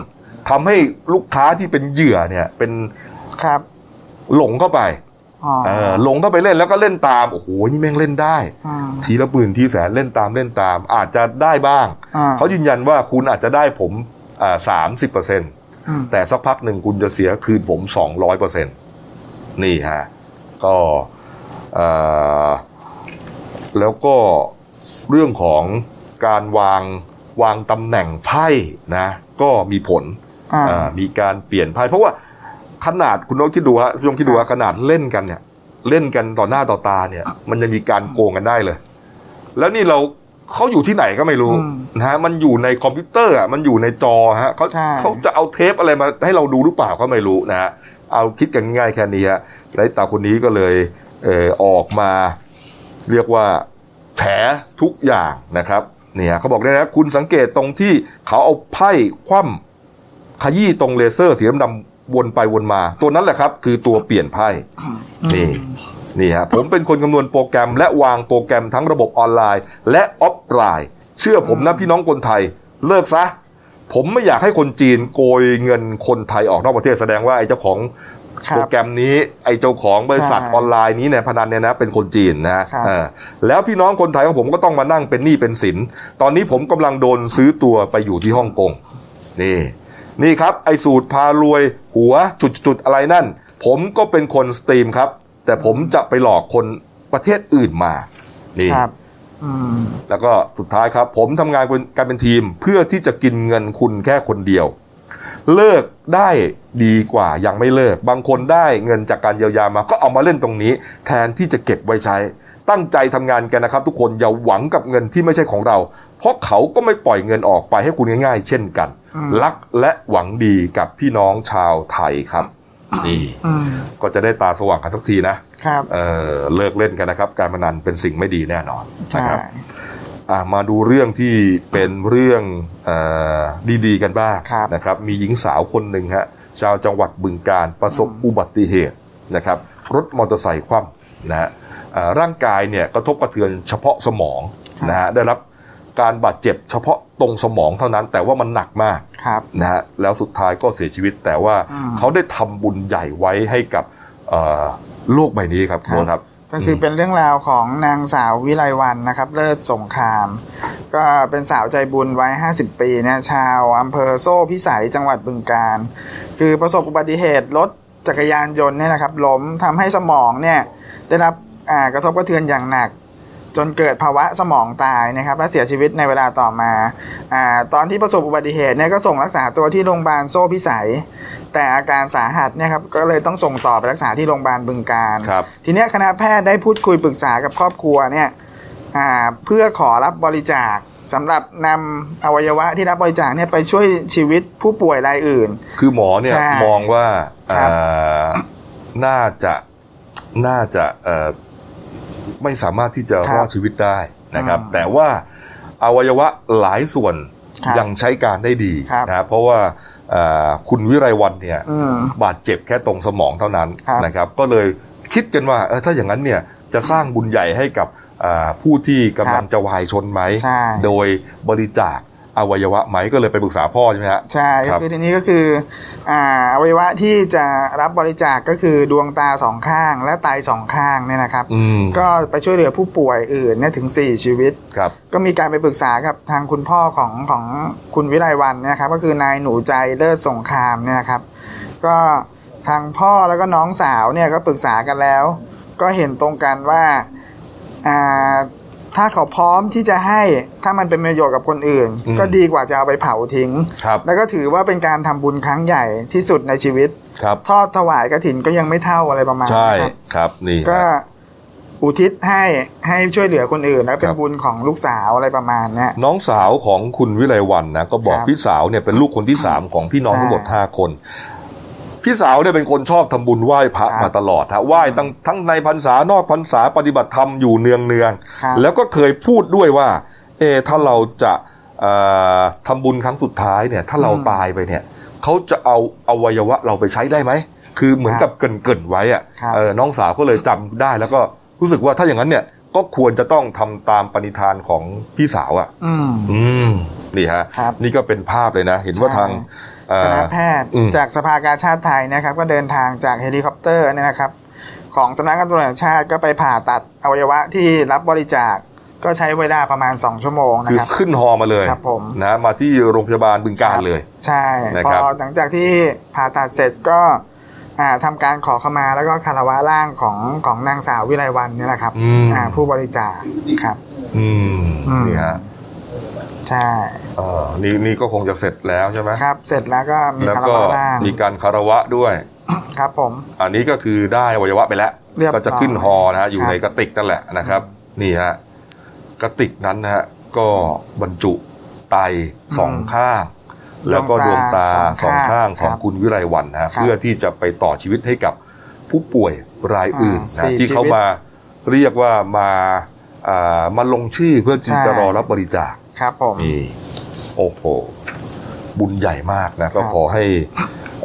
Speaker 1: ทำให้ลูกค้าที่เป็นเหยื่อเนี่ยเป็น
Speaker 2: ครับ
Speaker 1: หลงเข้าไป
Speaker 2: อ๋อ
Speaker 1: เอ่อหลงเข้าไปเล่นแล้วก็เล่นตามโอ้โหนี่แม่งเล่นได้
Speaker 2: อืม
Speaker 1: ทีละปืนทีแสนเล่นตามเล่นตาม อาจจะได้บ้าง
Speaker 2: อ่า
Speaker 1: เขายืนยันว่าคุณอาจจะได้ผมสามสิบเปอร์เซ็นต์
Speaker 2: อืม
Speaker 1: แต่สักพักหนึ่งคุณจะเสียคืนผมสองร้อยเปอร์เซ็นต์นี่ฮะ ก็เอ่อแล้วก็เรื่องของการวางวางตำแหน่งไพ่นะ ก็มีผล
Speaker 2: อ่า
Speaker 1: เอ่อมีการเปลี่ยนไพ่เพราะว่าขนาดคุณน้องคิดดูฮะคุณผู้ชมคิดดูฮะขนาดเล่นกันเนี่ย เล่นกันต่อหน้าต่อตาเนี่ย มันยังมีการโกงกันได้เลย แล้วนี่เราเขาอยู่ที่ไหนก็ไม่รู้
Speaker 2: อืม
Speaker 1: นะฮะมันอยู่ในคอมพิวเตอร์อ่ะมันอยู่ในจอฮะเขา
Speaker 2: ใช่
Speaker 1: เขาจะเอาเทปอะไรมาให้เราดูหรือเปล่าก็ไม่รู้นะฮะเอาคิดกันง่ายๆแค่นี้ฮะไรตาคนนี้ก็เลยเออออกมา เรียกว่าแฉทุกอย่างนะครับเนี่ยเขาบอกได้นะคุณสังเกตตรงที่เขาเอาไพ่คว่ำขยี้ตรงเลเซอร์สีดำๆวนไปวนมา ตัวนั้นแหละครับ คือตัวเปลี่ยนไพ่ นี่นี่ฮะผมเป็นคนคำนวณโปรแกรม และวางโปรแกรมทั้งระบบออนไลน์ และออฟไลน์ เชื่อผมนะพี่น้องคนไทย เลิกซะ ผมไม่อยากให้คนจีนโกยเงินคนไทยออกนอกประเทศแสดงว่าไอ้เจ้าของ
Speaker 2: ครับ
Speaker 1: โปรแกรมนี้ไอ้เจ้าของบริษัท
Speaker 2: ใช่
Speaker 1: ออนไลน์นี้เนี่ยพนันเนี่ยนะเป็นคนจีนนะครับ เออแล้วพี่น้องคนไทยของผมก็ต้องมานั่งเป็นหนี้เป็นสิน ตอนนี้ผมกำลังโดนซื้อตัวไปอยู่ที่ฮ่องกงนี่ นี่ครับ ไอ้สูตรพารวยหัวจุดๆอะไรนั่น ผมก็เป็นคนสตรีมครับ แต่ผมจะไปหลอกคนประเทศอื่นมานี่
Speaker 2: ครับ อืม
Speaker 1: แล้วก็สุดท้ายครับ ผมทำงานเป็นการเป็นทีมเพื่อที่จะกินเงินคุณแค่คนเดียว เลิกได้ดีกว่ายังไม่เลิก บางคนได้เงินจากการเยียวยามาก็เอามาเล่นตรงนี้ แทนที่จะเก็บไว้ใช้ ตั้งใจทำงานกันนะครับ ทุกคนอย่าหวังกับเงินที่ไม่ใช่ของเรา เพราะเขาก็ไม่ปล่อยเงินออกไปให้คุณง่ายๆ เช่นกัน
Speaker 2: อืม
Speaker 1: รักและหวังดีกับพี่น้องชาวไทยครับนี่
Speaker 2: อืม
Speaker 1: ก็จะได้ตาสว่างกันสักทีนะครับ เออเลิกเล่นกันนะครับ การพนันเป็นสิ่งไม่ดีแน่นอน
Speaker 2: ใช่
Speaker 1: นะครับ อ่ะมาดูเรื่องที่เป็นเรื่องเออดีๆกันบ้าง
Speaker 2: ครับ
Speaker 1: นะครับ มีหญิงสาวคนหนึ่งฮะชาวจังหวัดบึงการประสบ
Speaker 2: อืม
Speaker 1: อุบัติเหตุนะครับ รถมอเตอร์ไซค์คว่ำนะฮะอ่าร่างกายเนี่ยกระทบกระเทือนเฉพาะสมองนะฮะได้รับการบาดเจ็บเฉพาะตรงสมองเท่านั้น แต่ว่ามันหนักมาก
Speaker 2: ครับ
Speaker 1: นะฮะแล้วสุดท้ายก็เสียชีวิต แต่ว่า
Speaker 2: อืม
Speaker 1: เขาได้ทำบุญใหญ่ไว้ให้กับเอ่อโลกใบนี้ครับโน้ตครับ
Speaker 2: ก็คือเป็นเรื่องราวของนางสาววิไลวันนะครับ เลิศสงคราม ก็เป็นสาวใจบุญวัย 50 ปีนะชาวอำเภอโซ่พิสัยจังหวัดบึงการ คือประสบอุบัติเหตุรถจักรยานยนต์เนี่ยนะครับล้มทำให้สมองเนี่ยได้รับอ่ากระทบกระเทือนอย่างหนัก จนเกิดภาวะสมองตายนะครับและเสียชีวิตในเวลาต่อมาอาตอนที่ประสบอุบัติเหตุเนี่ยก็ส่งรักษาตัวที่โรงพยาบาลโซ่พิสัย แต่อาการสาหัสเนี่ยครับก็เลยต้องส่งต่อไปรักษาที่โรงพยาบาลบึงการ
Speaker 1: ครับ
Speaker 2: ทีเนี้ยคณะแพทย์ได้พูดคุยปรึกษากับครอบครัวเนี่ยอ่าเพื่อขอรับบริจาคสำหรับนำอวัยวะที่รับบริจาคเนี่ยไปช่วยชีวิตผู้ป่วยรายอื่น
Speaker 1: คือหมอเนี่ย
Speaker 2: ใช่
Speaker 1: มองว่า
Speaker 2: ครับ
Speaker 1: เอ่อน่าจะน่าจะเอ่อไม่สามารถที่จะ
Speaker 2: ครับ
Speaker 1: รอดชีวิตได้นะครับ
Speaker 2: อืม
Speaker 1: แต่ว่าอวัยวะหลายส่วน
Speaker 2: ครับ
Speaker 1: ยังใช้การได้ดี
Speaker 2: ครับ
Speaker 1: นะครับเพราะว่าเอ่อคุณวิไรวันเนี่ย
Speaker 2: อืม
Speaker 1: บาดเจ็บแค่ตรงสมองเท่านั้น
Speaker 2: ครับ
Speaker 1: นะครับ ก็เลยคิดกันว่าเออถ้าอย่างนั้นเนี่ยจะสร้างบุญใหญ่ให้กับอ่าผู้ที่กำลังจะวายชนไหม
Speaker 2: ใช่
Speaker 1: โดยบริจาคอวัยวะไหมก็เลยไปปรึกษาพ่อใช่ไหมฮะ
Speaker 2: ใช่
Speaker 1: ครับ
Speaker 2: คือทีนี้ก็คืออ่าอวัยวะที่จะรับบริจาคก็คือดวงตาสองข้างและไตสองข้างเนี่ยนะครับ
Speaker 1: อืม
Speaker 2: ก็ไปช่วยเหลือผู้ป่วยอื่นเนี่ยถึง 4 ชีวิต
Speaker 1: ครับ
Speaker 2: ก็มีการไปปรึกษากับทางคุณพ่อของของคุณวิไลวันเนยครับก็คือนายหนูใจเลิศสงครามเนี่ยครับ ก็ทางพ่อแล้วก็น้องสาวเนี่ยก็ปรึกษากันแล้ว ก็เห็นตรงกันว่าอ่าถ้าเขาพร้อมที่จะให้ถ้ามันเป็นประโยชน์กับคนอื่น ก็ดีกว่าจะเอาไปเผาทิ้ง
Speaker 1: ครับ
Speaker 2: แล้วก็ถือว่าเป็นการทำบุญครั้งใหญ่ที่สุดในชีวิต
Speaker 1: ครับ
Speaker 2: ทอดถวายกระถินก็ยังไม่เท่าอะไรประมาณ
Speaker 1: ใช่
Speaker 2: นี้ครับ
Speaker 1: ครับนี่
Speaker 2: ก็
Speaker 1: ฮะ
Speaker 2: อุทิศให้ให้ช่วยเหลือคนอื่น แล้วเป็
Speaker 1: คน รับ
Speaker 2: บุญของลูกสาวอะไรประมาณเนี้ย
Speaker 1: น้องสาวของคุณวิไลวันนะก็บอก
Speaker 2: ครับ
Speaker 1: พี่สาวเนี่ยเป็นลูกคนที่สามของพี่น้อง
Speaker 2: ใช่
Speaker 1: ทั้งหมดห้าคน พี่สาวเนี่ยเป็นคนชอบทำบุญไหว้พระ
Speaker 2: ครับ
Speaker 1: มาตลอดฮะไหว้ทั้งทั้งในพรรษานอกพรรษาปฏิบัติธรรมอยู่เนืองเนืองๆ
Speaker 2: ครับ
Speaker 1: แล้วก็เคยพูดด้วยว่า เออถ้าเราจะเอ่อทำบุญครั้งสุดท้ายเนี่ย ถ้าเรา
Speaker 2: อืม
Speaker 1: ตายไปเนี่ยเขาจะเอาอวัยวะเราไปใช้ได้ไหมคือเหมือน
Speaker 2: ครั
Speaker 1: กับบ เกรินเกินๆไว้อะ
Speaker 2: ครับ
Speaker 1: เออน้องสาวก็เลยจำได้แล้วก็รู้สึกว่าถ้าอย่างนั้นเนี่ยก็ควรจะต้องทำตามปณิธานของพี่สาวอ่ะ
Speaker 2: อืม
Speaker 1: อืมนี่ฮะ
Speaker 2: ครับ
Speaker 1: นี่ก็เป็นภาพเลยนะ เห็นว่า
Speaker 2: ใช่
Speaker 1: ทางเอ่
Speaker 2: ค
Speaker 1: อ
Speaker 2: ณะแพทย์
Speaker 1: อืม
Speaker 2: จากสภากาชาติไทยนะครับ ก็เดินทางจากเฮลิคอปเตอร์เนี่ยนะครับ ของสำนักงานตำรวจแห่งชาติก็ไปผ่าตัดอวัยวะที่รับบริจาคก็ใช้เวลาประมาณ 2 ชั่วโมงนะ
Speaker 1: คือ
Speaker 2: ครับ
Speaker 1: ขึ้นฮอมาเลย
Speaker 2: ครับผม
Speaker 1: นะมาที่โรงพยาบาลบึงการเลย
Speaker 2: ใช่
Speaker 1: นะ
Speaker 2: พ
Speaker 1: ครับ
Speaker 2: อหลังจากที่ผ่าตัดเสร็จก็อ่าทำาการขอขมาแล้วก็คารวะร่างของของนางสาววิไลวันเนี่ยแหละครับ
Speaker 1: อืม
Speaker 2: อ่าผู้บริจาคครับ
Speaker 1: อืม
Speaker 2: อืม
Speaker 1: นี่ฮะ
Speaker 2: ใช่
Speaker 1: เอ่อนี่นี่ก็คงจะเสร็จแล้วใช่ไหม
Speaker 2: ครับ เสร็จแล้วก็มี
Speaker 1: แล้ว
Speaker 2: คาร
Speaker 1: ก็
Speaker 2: วะร่าง
Speaker 1: มีการคารวะด้วย
Speaker 2: ครับผม
Speaker 1: อันนี้ก็คือได้อวัยวะไปแล้ว
Speaker 2: เรียบร้อย
Speaker 1: ก็จะขึ้นฮอนะฮะอยู่
Speaker 2: ครับ
Speaker 1: ในกระติกนั่นแหละนะครับ นี่ฮะกระติกนั้นนะฮะก็บรรจุไตสอง
Speaker 2: อืม
Speaker 1: ข้าง แล้วก็ดวงตาส
Speaker 2: ส
Speaker 1: อ
Speaker 2: องง
Speaker 1: ข้า
Speaker 2: ข้าง ง
Speaker 1: ของ
Speaker 2: ครับ
Speaker 1: คุณวิไลวันนะฮะ
Speaker 2: ครับ
Speaker 1: เพื่อที่จะไปต่อชีวิตให้กับผู้ป่วยรายอื่น
Speaker 2: อ่าสี่
Speaker 1: นะที่เขา
Speaker 2: ชีวิต
Speaker 1: มาเรียกว่ามาอ่ามาลงชื่อเพื่อที่จะ
Speaker 2: ใช่
Speaker 1: รอรับบริจาค
Speaker 2: ครับผม
Speaker 1: นี่โอ้โหบุญใหญ่มากนะ
Speaker 2: ครั
Speaker 1: ก็
Speaker 2: บ
Speaker 1: ขอให้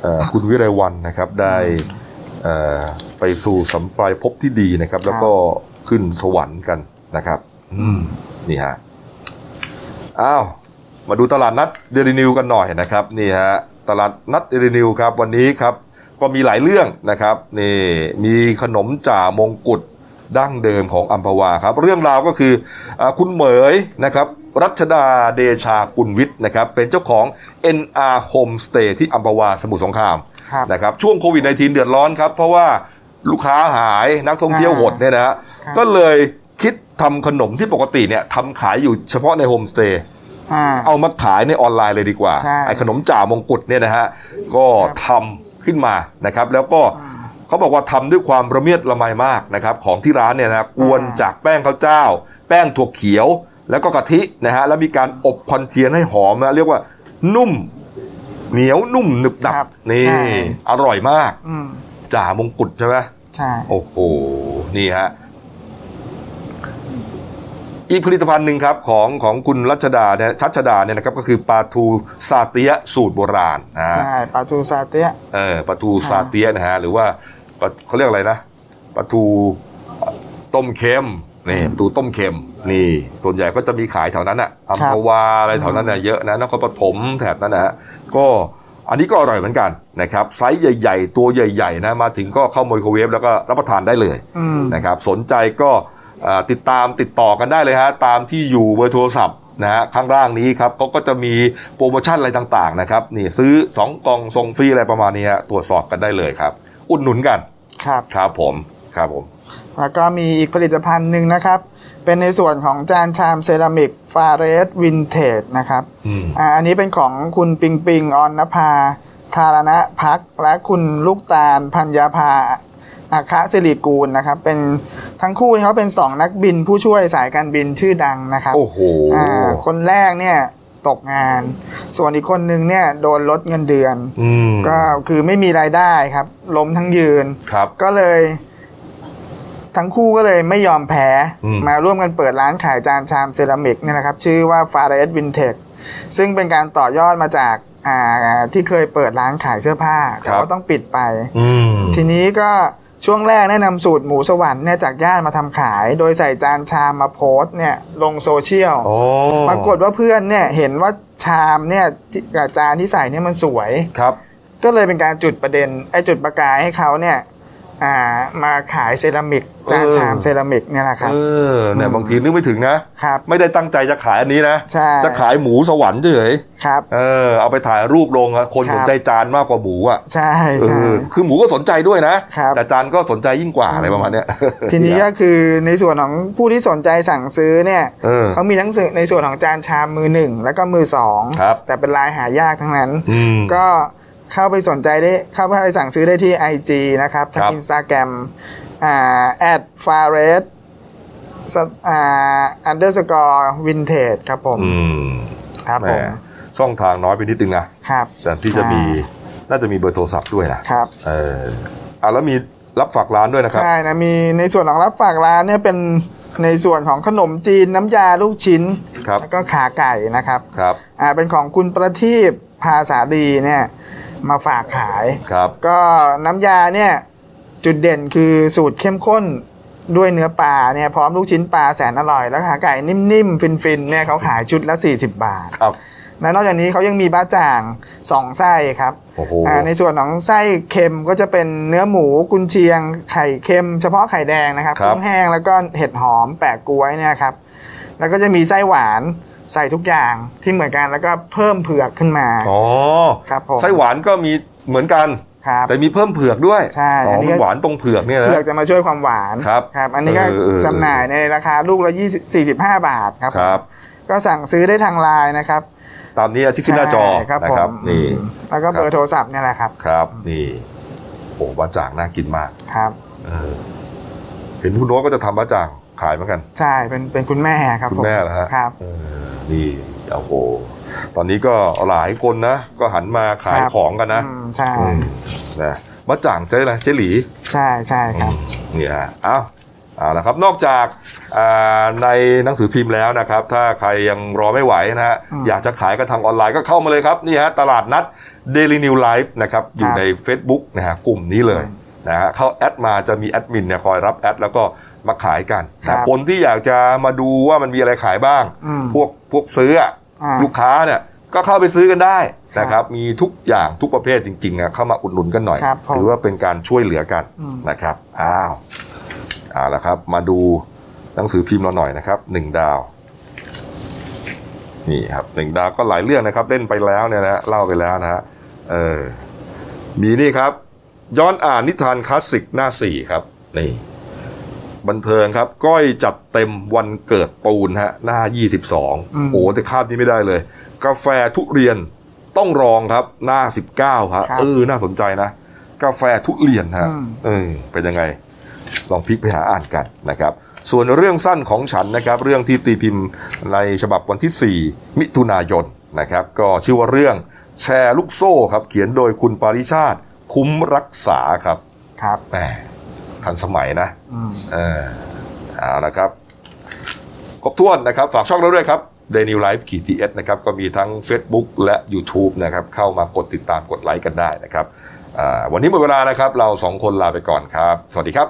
Speaker 1: เอ่อคุณวิไลวันนะครับ ได้เอ่อไปสู่สัมปรายภพที่ดีนะครับ
Speaker 2: ครับ
Speaker 1: แล้วก็ขึ้นสวรรค์กันนะครับ อืมนี่ฮะอ้าวมาดูตลาดนัดเดลินิวกันหน่อยนะครับ นี่ฮะตลาดนัดเดลินิวครับ วันนี้ครับ ก็มีหลายเรื่องนะครับนี่มีขนมจ่ามงกุฎดั้งเดิมของอัมพวาครับ เรื่องราวก็คืออาคุณเหมยนะครับ รัชดาเดชากุลวิทย์นะครับ เป็นเจ้าของ NR Homestay ที่อัมพวาสมุทรสงคราม
Speaker 2: ครับ
Speaker 1: นะครับช่วงโควิด -19 เดือดร้อนครับ เพราะว่าลูกค้าหายนักท่องเที่ยวหดเนี่ยนะฮะก็เลยคิดทำขนมที่ปกติเนี่ยทำขายอยู่เฉพาะในโฮมสเตย์
Speaker 2: อ่า
Speaker 1: เอามาขายในออนไลน์เลยดีกว่า
Speaker 2: ใช่
Speaker 1: ไอ้ขนมจ่ามงกุฎเนี่ยนะฮะ ก็ทำขึ้นมานะครับ แล้วก็เขาบอกว่าทำด้วยความระเมียดระไมมากนะครับ ของที่ร้านเนี่ยนะกวน
Speaker 2: อ่า
Speaker 1: จากแป้งข้าวเจ้า แป้งถั่วเขียว แล้วก็กะทินะฮะ แล้วมีการอบคอนเทียนให้หอมนะเรียกว่านุ่ม เหนียวนุ่มหนึบหนับ
Speaker 2: ครับ
Speaker 1: นี่
Speaker 2: ใช่
Speaker 1: อร่อยมาก
Speaker 2: อืม
Speaker 1: จ่ามงกุฎใช่ไหม
Speaker 2: ใช่
Speaker 1: โอ้โห นี่ฮะ อีกผลิตภัณฑ์หนึ่งครับของของคุณรัชดาเนี่ยชัชดาเนี่ยนะครับก็คือปลาทูซาเตียะสูตรโบราณนะฮะ
Speaker 2: ใช่ปลาทูซาเตียะ
Speaker 1: เออปลาทูซาเตียะนะฮะหรือว่าปลาเขาเรียกอะไรนะปลาทูต้มเค็มนี่ปลาทูต้มเค็มนี่ ส่วนใหญ่ก็จะมีขายแถวนั้นอะอัมพวาอะไรแถวนั้นน่ะเยอะนะนครปฐมแถบนั้นนะฮะก็อันนี้ก็อร่อยเหมือนกันนะครับไซส์ใหญ่ๆ ตัวใหญ่ๆนะมาถึงก็เข้าไมโครเวฟแล้วก็รับประทานได้เลย
Speaker 2: อืม
Speaker 1: นะครับสนใจก็เอ่อติดตามติดต่อกันได้เลยฮะตามที่อยู่เบอร์โทรศัพท์นะฮะข้างล่างนี้ครับเขาก็จะมีโปรโมชั่นอะไรต่างๆนะครับนี่ซื้อ 2 กล่องส่งฟรีอะไรประมาณนี้ฮะตรวจสอบกันได้เลยครับ อุดหนุนกัน
Speaker 2: ครับ
Speaker 1: ครับผมครับผม
Speaker 2: แล้วก็มีอีกผลิตภัณฑ์หนึ่งนะครับ เป็นในส่วนของจานชามเซรามิกฟาเรสวินเทจนะครับ
Speaker 1: อืม
Speaker 2: อ่าอันนี้เป็นของคุณปิงปิงออนนภาธารณพักษ์และคุณลูกตาลพัญญาภาอาคะสิริกูลนะครับ เป็นทั้งคู่เนี่ยเขาเป็นสองนักบินผู้ช่วยสายการบินชื่อดังนะครับ
Speaker 1: โอ้โห
Speaker 2: อ่าคนแรกเนี่ยตกงาน ส่วนอีกคนนึงเนี่ยโดนลดเงินเดือน
Speaker 1: อืม
Speaker 2: ก็คือไม่มีรายได้ครับ ล้มทั้งยืน
Speaker 1: ครับ
Speaker 2: ก็เลย ทั้งคู่ก็เลยไม่ยอมแพ้
Speaker 1: อืม
Speaker 2: มาร่วมกันเปิดร้านขายจานชามเซรามิกเนี่ยนะครับ ชื่อว่า f a r e s Vintage ซึ่งเป็นการต่อยอดมาจากอ่าที่เคยเปิดร้านขายเสื้อผ้า แต่ว่าต้องปิดไป
Speaker 1: อืม
Speaker 2: ทีนี้ก็ช่วงแรกแนะนำสูตรหมูสวรรค์เนี่ยจากญาติมาทำขาย โดยใส่จานชามมาโพสต์เนี่ยลงโซเชียล
Speaker 1: โอ้
Speaker 2: ปรากฏว่าเพื่อนเนี่ยเห็นว่าชามเนี่ยที่กับจานที่ใส่เนี่ยมันสวย
Speaker 1: ครับ
Speaker 2: ก็เลยเป็นการจุดประเด็นไอ้จุดประกายให้เขาเนี่ยอ่ามาขายเซรามิกจาน
Speaker 1: เออ
Speaker 2: ชามเซรามิกเนี่ยนะครับ
Speaker 1: เออเนี่ย
Speaker 2: อืม
Speaker 1: บางทีนึกไม่ถึงนะ
Speaker 2: ครับ
Speaker 1: ไม่ได้ตั้งใจจะขายอันนี้นะ
Speaker 2: ใช่
Speaker 1: จะขายหมูสวรรค์เฉย
Speaker 2: ครับ
Speaker 1: ๆเออเอาไปถ่ายรูปลงอะคน
Speaker 2: ครับ
Speaker 1: สนใจจานมากกว่าหมูอ่ะ
Speaker 2: ใช่
Speaker 1: เอ
Speaker 2: ใช่
Speaker 1: อคือหมูก็สนใจด้วยนะ
Speaker 2: ครับ
Speaker 1: แต่จานก็สนใจยิ่งกว่าอะไรประมาณเนี้ย
Speaker 2: ทีนี้ก็คือในส่วนของผู้ที่สนใจสั่งซื้อเนี่ย
Speaker 1: เออ
Speaker 2: เขามีทั้งสื่อในส่วนของจานชามมือหนึ่งแล้วก็มือสอง
Speaker 1: ครับ
Speaker 2: แต่เป็นลายหายากทั้งนั้น
Speaker 1: อืม
Speaker 2: ก็เข้าไปสนใจได้เข้าไปสั่งซื้อได้ที่ IG นะครับทาง
Speaker 1: ครับ
Speaker 2: อินสตาแกรมอ่า at f a r e s อ่า underscore vintage ครับผม
Speaker 1: อืม
Speaker 2: ครับ
Speaker 1: แห
Speaker 2: ผม ม
Speaker 1: ช่องทางน้อยไปนิดนึงนะครับ แต่ที่จะมีน่าจะมีเบอร์โทรศัพท์ด้วยนะครับ เอออ่ะแล้วมีรับฝากร้านด้วยนะครับ
Speaker 2: ใช่นะ มีในส่วนของรับฝากร้านเนี่ยเป็นในส่วนของขนมจีนน้ำยาลูกชิ้น
Speaker 1: ครับ
Speaker 2: แล้วก็ขาไก่นะครับ
Speaker 1: ครับ
Speaker 2: อ่า เป็นของคุณประทีปภาษาดีเนี่ย มาฝากขาย
Speaker 1: ครับ
Speaker 2: ก็น้ำยาเนี่ยจุดเด่นคือสูตรเข้มข้นด้วยเนื้อปลาเนี่ยพร้อมลูกชิ้นปลาแสนอร่อย แล้วขาไก่นิ่มๆ ฟินๆเนี่ยเขาขายชุดละ 40 บาท
Speaker 1: ครับ
Speaker 2: และนอกจากนี้เขายังมีบ้าจ่าง 2 ไส้ครับ
Speaker 1: โอ้โห
Speaker 2: อ่าในส่วนของไส้เค็มก็จะเป็นเนื้อหมูกุนเชียง ไข่เค็ม เฉพาะไข่แดงนะครับ
Speaker 1: ครับ
Speaker 2: กุ้งแห้งแล้วก็เห็ดหอมแปะกล้วยเนี่ยครับแล้วก็จะมีไส้หวานใส่ทุกอย่างที่เหมือนกันแล้วก็เพิ่มเผือกขึ้นมา
Speaker 1: อ๋อ
Speaker 2: ครับผม
Speaker 1: ไส้หวานก็มีเหมือนกัน
Speaker 2: ครับ
Speaker 1: แต่มีเพิ่มเผือกด้วย
Speaker 2: ใช่
Speaker 1: อ๋ออน
Speaker 2: นี้
Speaker 1: มัน
Speaker 2: ก็
Speaker 1: หวานตรงเผือกเนี่ยนะ
Speaker 2: เผือกจะมาช่วยความหวาน
Speaker 1: ครับ
Speaker 2: อันนี้ก็
Speaker 1: เออเออเออ
Speaker 2: จำหน่ายในราคาลูกละ20 45 บาทครับ
Speaker 1: ครับ
Speaker 2: ก็สั่งซื้อได้ทางไลน์นะครับ
Speaker 1: ตามนี้ที่ขึ้นหน้าจอ
Speaker 2: ใช่ครับ
Speaker 1: นะ
Speaker 2: ผ
Speaker 1: ครับ
Speaker 2: ม
Speaker 1: นี่
Speaker 2: แล้วก็
Speaker 1: ค
Speaker 2: เบอ
Speaker 1: รั
Speaker 2: ร์
Speaker 1: บ
Speaker 2: โทรศัพท์เนี่ยแหละครับ
Speaker 1: ครับนี่โอ้บะจ่างน่ากินมาก
Speaker 2: ครับ
Speaker 1: เออเห็นคุณโน้ตก็จะทำบะจ่างขายเหมือนกัน
Speaker 2: ใช่ เป็นเป็นคุณแม่ครับ
Speaker 1: คุณ
Speaker 2: ผ
Speaker 1: แม่เหรอฮะ
Speaker 2: ครับ
Speaker 1: เออนี่โอ้โห ตอนนี้ก็หลายคนนะ ก็หันมาขาย
Speaker 2: ครับ
Speaker 1: ของกันนะ
Speaker 2: อืมใช่
Speaker 1: อืมนะบะจ่างเจ๊อะไรเจ๊หลี
Speaker 2: ใช่ใช่ครับ
Speaker 1: เนี่ยฮะเอาเอาละครับ นอกจากอ่าในหนังสือพิมพ์แล้วนะครับ ถ้าใครยังรอไม่ไหวนะฮะ
Speaker 2: อืม
Speaker 1: อยากจะขายกันทางออนไลน์ก็เข้ามาเลยครับ นี่ฮะ ตลาดนัด Daily New Life นะครับ อยู่
Speaker 2: ครับ
Speaker 1: ใน Facebook นะฮะ กลุ่มนี้เลยนะฮะ เข้าแอดมาจะมีแอดมินเนี่ยคอยรับแอดแล้วก็มาขายกัน
Speaker 2: ครั
Speaker 1: นะ
Speaker 2: บ
Speaker 1: คนที่อยากจะมาดูว่ามันมีอะไรขายบ้าง
Speaker 2: อืม
Speaker 1: พวกพวกซื้ออะ
Speaker 2: อ่า
Speaker 1: ลูกค้าเนี่ย ก็เข้าไปซื้อกันได้ นะครับมีทุกอย่างทุกประเภทจริงๆนะเข้ามาอุดหนุนกันหน่อย
Speaker 2: ครับผม
Speaker 1: ถือว่าเป็นการช่วยเหลือกัน
Speaker 2: อืม
Speaker 1: นะครับอ้าวเอาละครับ มาดูหนังสือพิมพ์เราหน่อยนะครับหนึ่งดาว นี่ครับหนึ่งดาวก็หลายเรื่องนะครับ เล่นไปแล้วเนี่ยนะเล่าไปแล้วนะฮะเออมีนี่ครับ ย้อนอ่านนิทานคลาสสิกหน้าสี่ครับ นี่ บันเทิงครับ ก้อยจัดเต็มวันเกิดตูนฮะ หน้า 22
Speaker 2: อืม
Speaker 1: โอ้แต่คาบนี้ไม่ได้เลย กาแฟทุเรียนต้องรองครับ หน้า 19ฮะ
Speaker 2: ครับ
Speaker 1: เออน่าสนใจนะ กาแฟทุเรียนฮะ
Speaker 2: อืม
Speaker 1: เออเป็นยังไง ลองพลิกไปหาอ่านกันนะครับ ส่วนเรื่องสั้นของฉันนะครับ เรื่องที่ตีพิมพ์ในฉบับวันที่ 4 มิถุนายนนะครับ ก็ชื่อว่าเรื่องแชร์ลูกโซ่ครับ เขียนโดยคุณปาริชาติ คุ้มรักษาครับ
Speaker 2: ครับ
Speaker 1: แหมทันสมัยนะ
Speaker 2: อืม
Speaker 1: เออเอาละครับ ครบถ้วนนะครับ ฝากช่องเราด้วยครับ d a i l y Life ขีดีเอสนะครับ ก็มีทั้ง Facebook และ YouTube นะครับ เข้ามากดติดตามกดไลค์กันได้นะครับอ่าวันนี้หมดเวลานะครับ เราสองคนลาไปก่อนครับ สวัสดีครับ